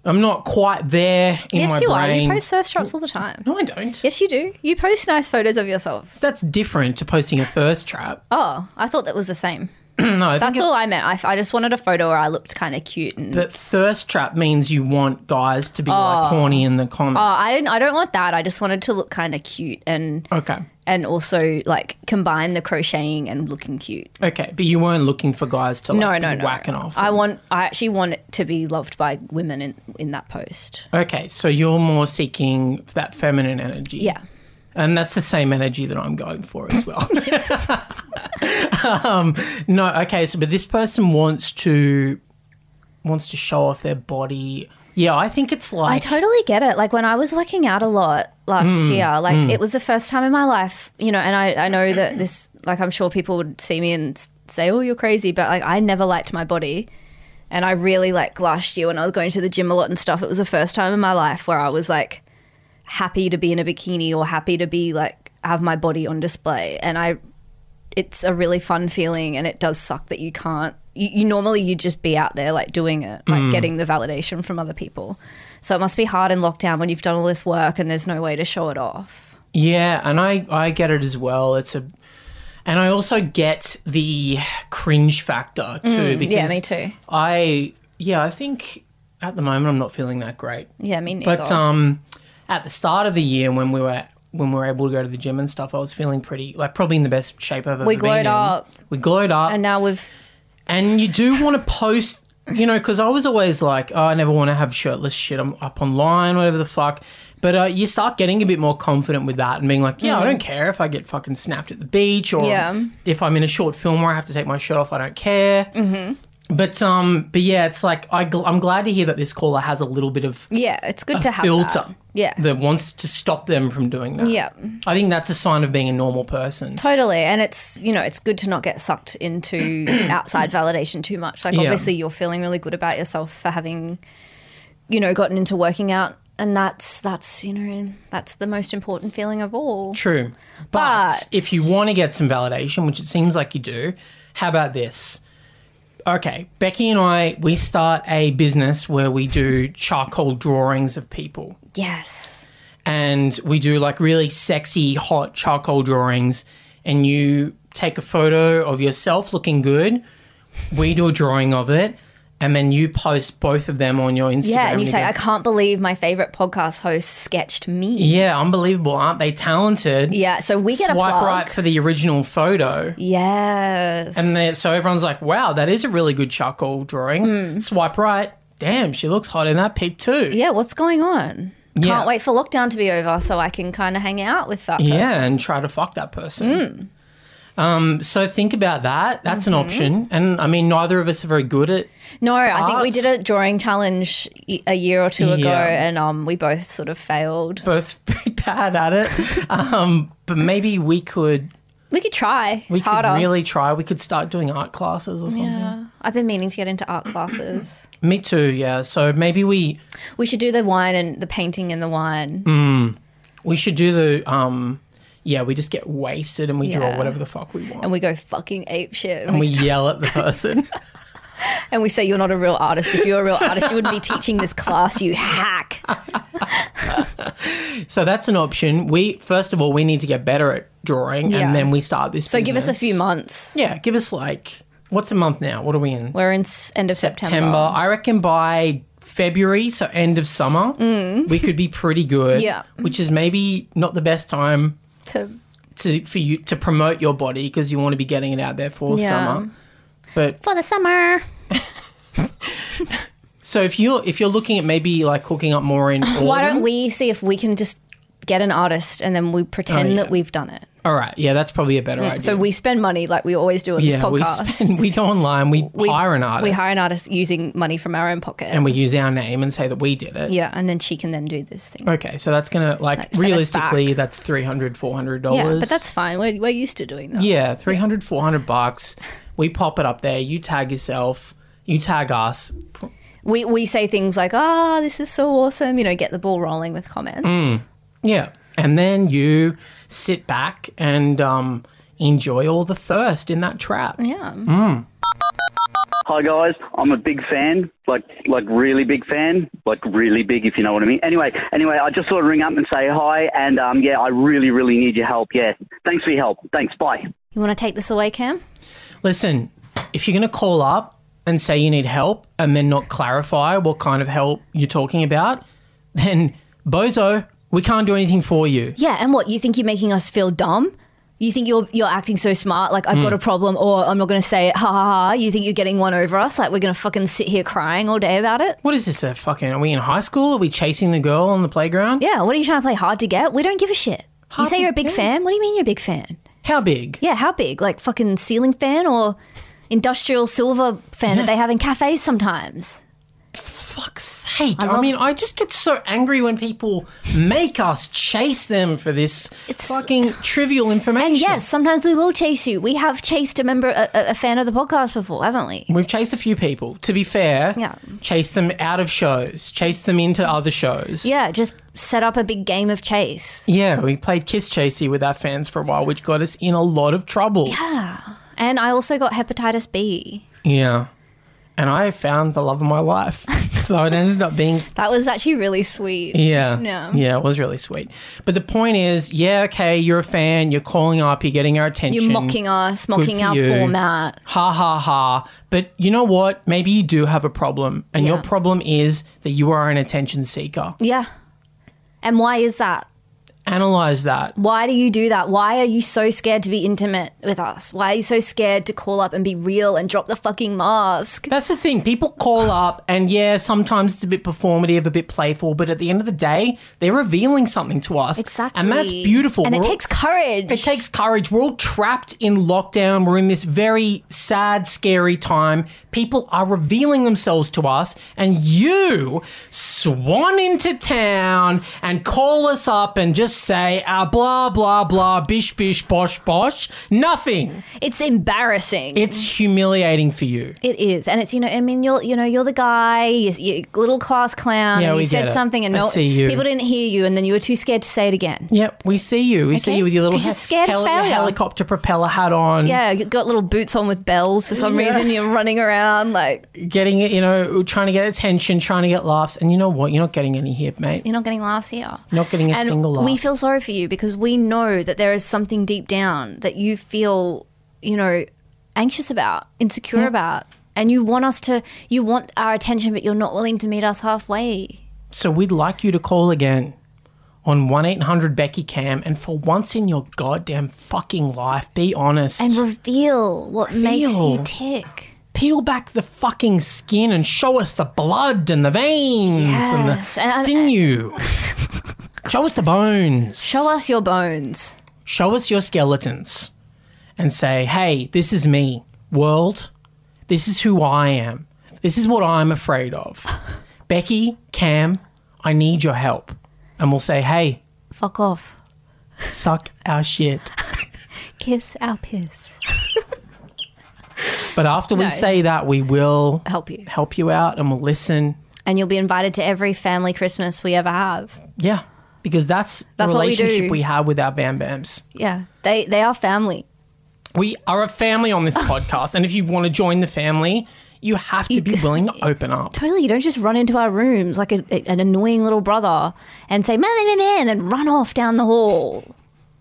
[SPEAKER 2] I'm not quite there in my
[SPEAKER 7] yes, you
[SPEAKER 2] brain.
[SPEAKER 7] are. You post thirst traps all the time.
[SPEAKER 2] no, I don't.
[SPEAKER 7] Yes, you do. You post nice photos of yourself.
[SPEAKER 2] That's different to posting a thirst trap.
[SPEAKER 7] Oh, I thought that was the same.
[SPEAKER 2] no, I think
[SPEAKER 7] That's all I meant. I, I just wanted a photo where I looked kind of cute and.
[SPEAKER 2] that thirst trap means you want guys to be like horny in the comments.
[SPEAKER 7] Oh, I didn't. I don't want that. I just wanted to look kind of cute and
[SPEAKER 2] okay.
[SPEAKER 7] and also like combine the crocheting and looking cute.
[SPEAKER 2] Okay, but you weren't looking for guys to like
[SPEAKER 7] No,
[SPEAKER 2] be
[SPEAKER 7] no, no.
[SPEAKER 2] whacking off.
[SPEAKER 7] I want. I actually want it to be loved by women in in that post.
[SPEAKER 2] okay, so you're more seeking that feminine energy.
[SPEAKER 7] Yeah.
[SPEAKER 2] And that's the same energy that I'm going for as well. um, no, okay, so but this person wants to wants to show off their body. Yeah, I think it's like
[SPEAKER 7] I totally get it. Like when I was working out a lot last year, like it was the first time in my life, you know, and I, I know that this, like I'm sure people would see me and s- say, oh, you're crazy, but like I never liked my body. And I really, like last year when I was going to the gym a lot and stuff, it was the first time in my life where I was like happy to be in a bikini or happy to be like have my body on display. And I, it's a really fun feeling and it does suck that you can't. You, you normally you just be out there like doing it, like
[SPEAKER 2] Mm.
[SPEAKER 7] getting the validation from other people. So it must be hard in lockdown when you've done all this work and there's no way to show it off.
[SPEAKER 2] Yeah, and I I get it as well. It's a and I also get the cringe factor too because
[SPEAKER 7] Mm, yeah, me too.
[SPEAKER 2] I yeah, I think at the moment I'm not feeling that great.
[SPEAKER 7] Yeah, me neither.
[SPEAKER 2] But um, at the start of the year, when we were when we were able to go to the gym and stuff, I was feeling pretty like probably in the best shape I've ever
[SPEAKER 7] We
[SPEAKER 2] been.
[SPEAKER 7] glowed
[SPEAKER 2] in.
[SPEAKER 7] up.
[SPEAKER 2] We glowed up,
[SPEAKER 7] and
[SPEAKER 2] and,
[SPEAKER 7] now we've
[SPEAKER 2] you do want to post, you know, because I was always like, oh, I never want to have shirtless shit. I'm up online, whatever the fuck. But uh, you start getting a bit more confident with that and being like, yeah, I don't care if I get fucking snapped at the beach or
[SPEAKER 7] Mm-hmm. Yeah.
[SPEAKER 2] if I'm in a short film where I have to take my shirt off, I don't care. Mm-hmm. But um, but yeah, it's like I gl- I'm glad to hear that this caller has a little bit of
[SPEAKER 7] yeah, it's good to have
[SPEAKER 2] filter
[SPEAKER 7] that. Yeah.
[SPEAKER 2] that wants to stop them from doing that.
[SPEAKER 7] Yeah.
[SPEAKER 2] I think that's a sign of being a normal person.
[SPEAKER 7] Totally. And it's, you know, it's good to not get sucked into outside validation too much. Like,
[SPEAKER 2] Yeah.
[SPEAKER 7] obviously, you're feeling really good about yourself for having, you know, gotten into working out. And that's, that's, you know, that's the most important feeling of all.
[SPEAKER 2] True. But,
[SPEAKER 7] But-
[SPEAKER 2] if you want to get some validation, which it seems like you do, how about this? Okay, Becky and I, we start a business where we do charcoal drawings of people.
[SPEAKER 7] Yes.
[SPEAKER 2] And we do like really sexy, hot charcoal drawings. And you take a photo of yourself looking good. We do a drawing of it. And then you post both of them on your Instagram.
[SPEAKER 7] Yeah. and you
[SPEAKER 2] You
[SPEAKER 7] say,
[SPEAKER 2] go,
[SPEAKER 7] I can't believe my favorite podcast host sketched me.
[SPEAKER 2] Yeah, unbelievable. Aren't they talented?
[SPEAKER 7] Yeah. So we get a
[SPEAKER 2] Swipe
[SPEAKER 7] plug.
[SPEAKER 2] right for the original photo.
[SPEAKER 7] Yes. Hmm.
[SPEAKER 2] And then, so everyone's like, wow, that is a really good charcoal drawing. Swipe right. Damn, she looks hot in that pic too.
[SPEAKER 7] yeah. What's going on?
[SPEAKER 2] Yeah.
[SPEAKER 7] Can't wait for lockdown to be over so I can kind of hang out with that person. Mm.
[SPEAKER 2] Yeah, and try to fuck that person. Um, so think about that. That's an
[SPEAKER 7] Mm-hmm.
[SPEAKER 2] option. And I mean, neither of us are very good at
[SPEAKER 7] No, I think we
[SPEAKER 2] Art.
[SPEAKER 7] did a drawing challenge y- a year or two ago,
[SPEAKER 2] Yeah.
[SPEAKER 7] and um, we both sort of failed.
[SPEAKER 2] both pretty bad at it. um, but maybe we could
[SPEAKER 7] We could try
[SPEAKER 2] we
[SPEAKER 7] harder.
[SPEAKER 2] could really try. We could start doing art classes or something.
[SPEAKER 7] yeah, I've been meaning to get into art classes.
[SPEAKER 2] Me too, yeah. So maybe we
[SPEAKER 7] we should do the wine and the painting and the wine.
[SPEAKER 2] Mm. we should do the um yeah, we just get wasted and we draw
[SPEAKER 7] Yeah.
[SPEAKER 2] whatever the fuck we want.
[SPEAKER 7] And we go fucking ape shit, and,
[SPEAKER 2] and
[SPEAKER 7] we,
[SPEAKER 2] we
[SPEAKER 7] st-
[SPEAKER 2] yell at the person.
[SPEAKER 7] and we say you're not a real artist. If you're a real artist, you wouldn't be teaching this class, you hack.
[SPEAKER 2] So that's an option. We first of all we need to get better at drawing,
[SPEAKER 7] Yeah.
[SPEAKER 2] and then we start this.
[SPEAKER 7] So give us a few
[SPEAKER 2] months.
[SPEAKER 7] months.
[SPEAKER 2] Yeah, give us like what's a month now? What are we in?
[SPEAKER 7] We're in s- end of September.
[SPEAKER 2] I reckon by February, so end of summer, we could be pretty good.
[SPEAKER 7] Mm. Yeah.
[SPEAKER 2] which is maybe not the best time
[SPEAKER 7] To,
[SPEAKER 2] to for you to promote your body because you want to be getting it out there for
[SPEAKER 7] Yeah.
[SPEAKER 2] summer. But
[SPEAKER 7] for the summer.
[SPEAKER 2] so if you are if you're looking at maybe like hooking up more in autumn,
[SPEAKER 7] Why don't we see if we can just get an artist and then we pretend
[SPEAKER 2] Oh, yeah.
[SPEAKER 7] that we've done it?
[SPEAKER 2] all right, yeah, that's probably a better idea.
[SPEAKER 7] Mm, So we spend money like we always do on
[SPEAKER 2] yeah,
[SPEAKER 7] this podcast.
[SPEAKER 2] we spend, we go online, we,
[SPEAKER 7] We-
[SPEAKER 2] hire an artist,
[SPEAKER 7] We hire an artist using money from our own pocket.
[SPEAKER 2] and we use our name and say that we did it.
[SPEAKER 7] yeah, and then she can then do this thing.
[SPEAKER 2] Okay, so that's gonna like,
[SPEAKER 7] Like, send us
[SPEAKER 2] realistically,
[SPEAKER 7] back.
[SPEAKER 2] that's 300 400 dollars.
[SPEAKER 7] Yeah, but that's fine. We're, we're used to doing that.
[SPEAKER 2] yeah, 300 400 bucks. We pop it up there. You tag yourself. You tag us.
[SPEAKER 7] We, we say things like, oh, this is so awesome, you know, get the ball rolling with comments.
[SPEAKER 2] Mm. Yeah, and then you sit back and um, enjoy all the thirst in that trap.
[SPEAKER 7] Yeah.
[SPEAKER 9] Hi guys, I'm a big fan, like like really big fan, like really big if you know what I mean. Anyway, anyway, I just thought I'd ring up and say hi, and um, yeah, I really really need your help. Yeah, thanks for your help. Thanks, bye.
[SPEAKER 7] You want to take this away, Cam?
[SPEAKER 2] Listen, if you're gonna call up and say you need help and then not clarify what kind of help you're talking about, then bozo, we can't do anything for you.
[SPEAKER 7] Yeah, and what? You think you're making us feel dumb? You think you're you're acting so smart, like I've got a
[SPEAKER 2] Hmm.
[SPEAKER 7] problem, or I'm not going to say it, ha ha ha. You think you're getting one over us, like we're going to fucking sit here crying all day about it?
[SPEAKER 2] What is this? A fucking? Are we in high school? Are we chasing the girl on the playground?
[SPEAKER 7] Yeah, what are you trying to play hard to get? We don't give a shit.
[SPEAKER 2] Hard
[SPEAKER 7] you say
[SPEAKER 2] to
[SPEAKER 7] you're a big
[SPEAKER 2] get.
[SPEAKER 7] fan? What do you mean you're a big fan?
[SPEAKER 2] How big?
[SPEAKER 7] Yeah, how big? Like fucking ceiling fan or industrial silver fan that they have in cafes sometimes.
[SPEAKER 2] fuck's sake. I,
[SPEAKER 7] love-
[SPEAKER 2] mean, I just get so angry when people make us chase them for this
[SPEAKER 7] It's-
[SPEAKER 2] fucking trivial information.
[SPEAKER 7] And yes, sometimes we will chase you. We have chased a member, a, a a fan of the podcast before, haven't we?
[SPEAKER 2] We've chased a few people. To be fair,
[SPEAKER 7] Yeah.
[SPEAKER 2] chase them out of shows, chase them into other shows.
[SPEAKER 7] Yeah, just set up a big game of chase.
[SPEAKER 2] Yeah, we played Kiss Chasey with our fans for a while, which got us in a lot of trouble. Yeah.
[SPEAKER 7] And I also got hepatitis B.
[SPEAKER 2] And I found the love of my life. so it ended up being
[SPEAKER 7] That was actually really sweet.
[SPEAKER 2] Yeah.
[SPEAKER 7] Yeah.
[SPEAKER 2] Yeah, it was really sweet. But the point is, yeah, okay, you're a fan, you're calling up, you're getting our attention.
[SPEAKER 7] You're mocking us, mocking
[SPEAKER 2] for
[SPEAKER 7] our
[SPEAKER 2] you.
[SPEAKER 7] format.
[SPEAKER 2] ha ha ha. But you know what? Maybe you do have a problem, and your
[SPEAKER 7] Yeah.
[SPEAKER 2] problem is that you are an attention seeker.
[SPEAKER 7] Yeah. And why is that?
[SPEAKER 2] analyze that.
[SPEAKER 7] Why do you do that? Why are you so scared to be intimate with us? Why are you so scared to call up and be real and drop the fucking mask?
[SPEAKER 2] That's the thing. People call up, and yeah, sometimes it's a bit performative, a bit playful, but at the end of the day, they're revealing something to us.
[SPEAKER 7] Exactly.
[SPEAKER 2] And that's beautiful.
[SPEAKER 7] And it
[SPEAKER 2] We're all-
[SPEAKER 7] takes courage.
[SPEAKER 2] It takes courage. We're all trapped in lockdown. We're in this very sad, scary time. People are revealing themselves to us, and you swan into town and call us up and just say, ah, blah, blah, blah, bish, bish, bosh, bosh. Nothing.
[SPEAKER 7] it's embarrassing.
[SPEAKER 2] It's humiliating for you.
[SPEAKER 7] It is, and it's you know, I mean, you're you know, you're the guy, you you little class clown,
[SPEAKER 2] Yeah,
[SPEAKER 7] and
[SPEAKER 2] we
[SPEAKER 7] you said
[SPEAKER 2] get it.
[SPEAKER 7] something, and
[SPEAKER 2] I
[SPEAKER 7] no,
[SPEAKER 2] see you.
[SPEAKER 7] people didn't hear you, and then you were too scared to say it again.
[SPEAKER 2] Yep, we see you. We see
[SPEAKER 7] Okay.
[SPEAKER 2] you with your little
[SPEAKER 7] 'Cause you're scared
[SPEAKER 2] heli-
[SPEAKER 7] of failure.
[SPEAKER 2] helicopter propeller hat on.
[SPEAKER 7] Yeah, you got little boots on with bells for some
[SPEAKER 2] Yeah.
[SPEAKER 7] reason. You're running around like
[SPEAKER 2] Getting it, you know, trying to get attention, trying to get laughs. And you know what? You're not getting any here, mate.
[SPEAKER 7] you're not getting laughs here.
[SPEAKER 2] You're not getting a
[SPEAKER 7] and
[SPEAKER 2] single laugh.
[SPEAKER 7] we feel sorry for you because we know that there is something deep down that you feel, you know, anxious about, insecure about, and you want us to, you want our attention, but you're not willing to meet us halfway.
[SPEAKER 2] So we'd like you to call again on 1 800 Becky Cam and for once in your goddamn fucking life, be honest.
[SPEAKER 7] And reveal what makes you
[SPEAKER 2] Reveal.
[SPEAKER 7] tick.
[SPEAKER 2] peel back the fucking skin and show us the blood and the veins
[SPEAKER 7] Yes,
[SPEAKER 2] and
[SPEAKER 7] and
[SPEAKER 2] the
[SPEAKER 7] I-
[SPEAKER 2] sinew. show us the bones.
[SPEAKER 7] Show us your bones.
[SPEAKER 2] show us your skeletons and say, hey, this is me, world. This is who I am. This is what I'm afraid of. Becky, Cam, I need your help. And we'll say, hey,
[SPEAKER 7] Fuck off.
[SPEAKER 2] suck our shit.
[SPEAKER 7] Kiss our piss.
[SPEAKER 2] But after we
[SPEAKER 7] No.
[SPEAKER 2] say that, we will
[SPEAKER 7] Help you.
[SPEAKER 2] help you out and we'll listen.
[SPEAKER 7] And you'll be invited to every family Christmas we ever have.
[SPEAKER 2] Yeah. Because that's,
[SPEAKER 7] That's
[SPEAKER 2] the
[SPEAKER 7] what we do.
[SPEAKER 2] relationship we, have with our Bam Bams.
[SPEAKER 7] Yeah. They they are family.
[SPEAKER 2] We are a family on this podcast. And if you want to join the family, you have to be willing to open up.
[SPEAKER 7] Totally. You don't just run into our rooms like a, a- an annoying little brother and say, man, man, man, and then run off down the hall.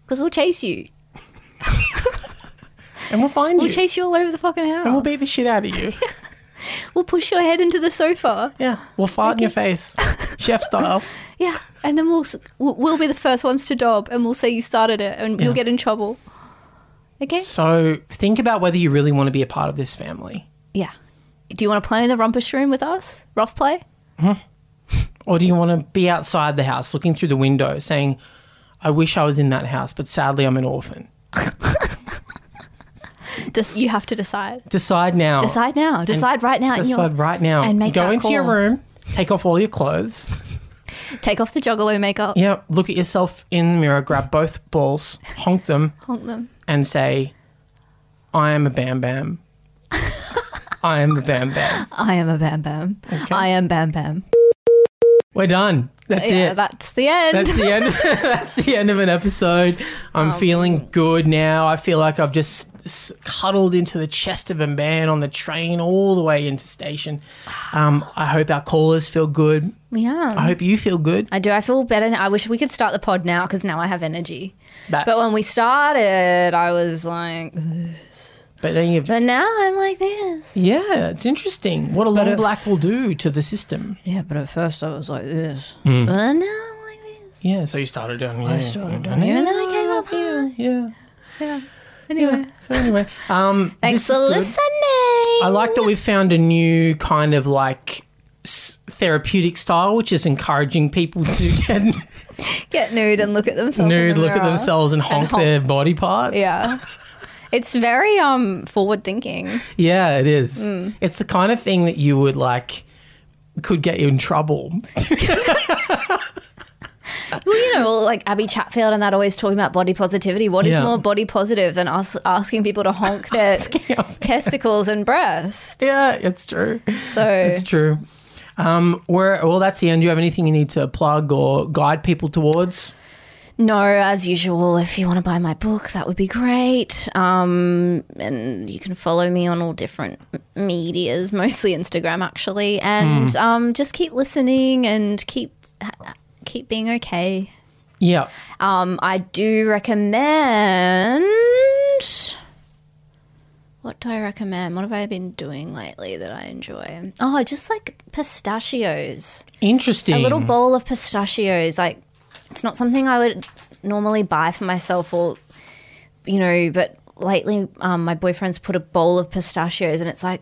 [SPEAKER 7] Because we'll chase you.
[SPEAKER 2] And we'll find
[SPEAKER 7] We'll
[SPEAKER 2] you.
[SPEAKER 7] chase you all over the fucking house.
[SPEAKER 2] and
[SPEAKER 7] We'll,
[SPEAKER 2] we'll beat the shit out of you.
[SPEAKER 7] push your head into the sofa.
[SPEAKER 2] Yeah, we'll fart in your face, chef style.
[SPEAKER 7] Yeah. And then we'll, s- we'll we'll be the first ones to dob and we'll say you started it and you'll get in trouble. Okay?
[SPEAKER 2] So think about whether you really want to be a part of this family,
[SPEAKER 7] Yeah. Do you want to play in the rumpus room with us? Rough play?
[SPEAKER 2] or do you want to be outside the house, looking through the window, saying, "I wish I was in that house, but sadly I'm an orphan."
[SPEAKER 7] Just, you have to decide.
[SPEAKER 2] Decide now.
[SPEAKER 7] Decide now. Decide right now. and you'll
[SPEAKER 2] Oh. Decide right now.
[SPEAKER 7] and make
[SPEAKER 2] go
[SPEAKER 7] that
[SPEAKER 2] into your
[SPEAKER 7] call.
[SPEAKER 2] room. Take off all your clothes.
[SPEAKER 7] Take off the juggalo makeup.
[SPEAKER 2] Yeah, look at yourself in the mirror. Grab both balls, honk them,
[SPEAKER 7] Honk them.
[SPEAKER 2] and say, "I am a bam bam. I am a bam bam.
[SPEAKER 7] I am a Bam Bam. I am Bam Bam.
[SPEAKER 2] We're done. That's
[SPEAKER 7] yeah,
[SPEAKER 2] it.
[SPEAKER 7] that's the end.
[SPEAKER 2] That's the end. that's the end of an episode.
[SPEAKER 7] Oh,
[SPEAKER 2] I'm feeling good now. I feel like I've just s- cuddled into the chest of a man on the train all the way into station. Um, I hope our callers feel good.
[SPEAKER 7] yeah.
[SPEAKER 2] I hope you feel good.
[SPEAKER 7] I do. I feel better. Now. I wish we could start the pod now because now I have energy.
[SPEAKER 2] But,
[SPEAKER 7] But when we started, I was like,
[SPEAKER 2] but then you've,
[SPEAKER 7] but now I'm like this.
[SPEAKER 2] yeah, it's interesting what a long black will do to the system.
[SPEAKER 7] Yeah, but at first I was like this.
[SPEAKER 2] Mm.
[SPEAKER 7] But now I'm like this.
[SPEAKER 2] Yeah, so you started down here. I started
[SPEAKER 7] down here, and then I came up here.
[SPEAKER 2] Yeah.
[SPEAKER 7] Anyway,
[SPEAKER 2] So anyway, um,
[SPEAKER 7] thanks
[SPEAKER 2] this
[SPEAKER 7] for
[SPEAKER 2] is good.
[SPEAKER 7] listening.
[SPEAKER 2] I like that we've found a new kind of like s- therapeutic style, which is encouraging people to get
[SPEAKER 7] Get nude and look at themselves. in
[SPEAKER 2] nude,
[SPEAKER 7] the
[SPEAKER 2] look at
[SPEAKER 7] mirror.
[SPEAKER 2] themselves, and honk,
[SPEAKER 7] honk.
[SPEAKER 2] their body parts.
[SPEAKER 7] Yeah. It's very um forward thinking.
[SPEAKER 2] yeah, it is.
[SPEAKER 7] Mm.
[SPEAKER 2] It's the kind of thing that you would like could get you in trouble.
[SPEAKER 7] Well, you know, like Abby Chatfield and that always talking about body positivity. What is
[SPEAKER 2] Yeah.
[SPEAKER 7] more body positive than us asking people to honk their testicles and breasts?
[SPEAKER 2] yeah, it's true.
[SPEAKER 7] So
[SPEAKER 2] It's true. Um, where well, that's the end. Do you have anything you need to plug or guide people towards?
[SPEAKER 7] no, as usual, if you want to buy my book, that would be great. Um, and you can follow me on all different m- medias, mostly Instagram, actually. And
[SPEAKER 2] Hmm.
[SPEAKER 7] um, just keep listening and keep keep being okay.
[SPEAKER 2] Yeah,
[SPEAKER 7] Um, I do recommend. What do I recommend? What have I been doing lately that I enjoy? Oh, just like pistachios.
[SPEAKER 2] interesting.
[SPEAKER 7] A little bowl of pistachios, like it's not something I would normally buy for myself or, you know, but lately um, my boyfriend's put a bowl of pistachios and it's like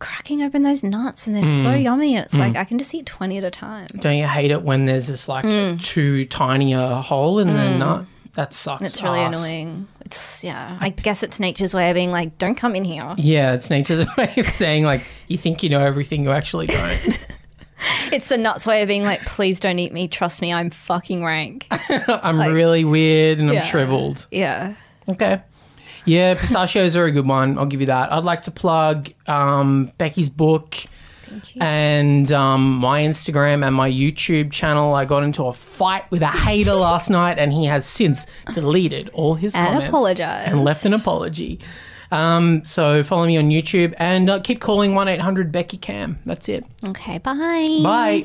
[SPEAKER 7] cracking open those nuts and they're so yummy. And it's like, I can just eat 20 at a time.
[SPEAKER 2] Don't you hate it when there's this like
[SPEAKER 7] Hmm.
[SPEAKER 2] too tiny a hole in the nut? That sucks.
[SPEAKER 7] It's Hmm. really
[SPEAKER 2] ass.
[SPEAKER 7] annoying. It's, yeah, I guess it's nature's way of being like, don't come in here.
[SPEAKER 2] Yeah, it's nature's way of saying like you think you know everything, you actually don't.
[SPEAKER 7] It's the nuts way of being like, please don't eat me. Trust me, I'm fucking rank.
[SPEAKER 2] I'm really weird and
[SPEAKER 7] Yeah.
[SPEAKER 2] I'm shriveled.
[SPEAKER 7] Yeah.
[SPEAKER 2] Okay. Yeah, pistachios are a good one. I'll give you that. I'd like to plug um, Becky's book and um, my Instagram and my YouTube channel. I got into a fight with a hater last night, and he has since deleted all his
[SPEAKER 7] And
[SPEAKER 2] comments
[SPEAKER 7] apologise.
[SPEAKER 2] and left an apology. Um, so follow me on YouTube and uh, keep calling one eight hundred Becky Cam. That's it.
[SPEAKER 7] Okay, bye.
[SPEAKER 2] Bye.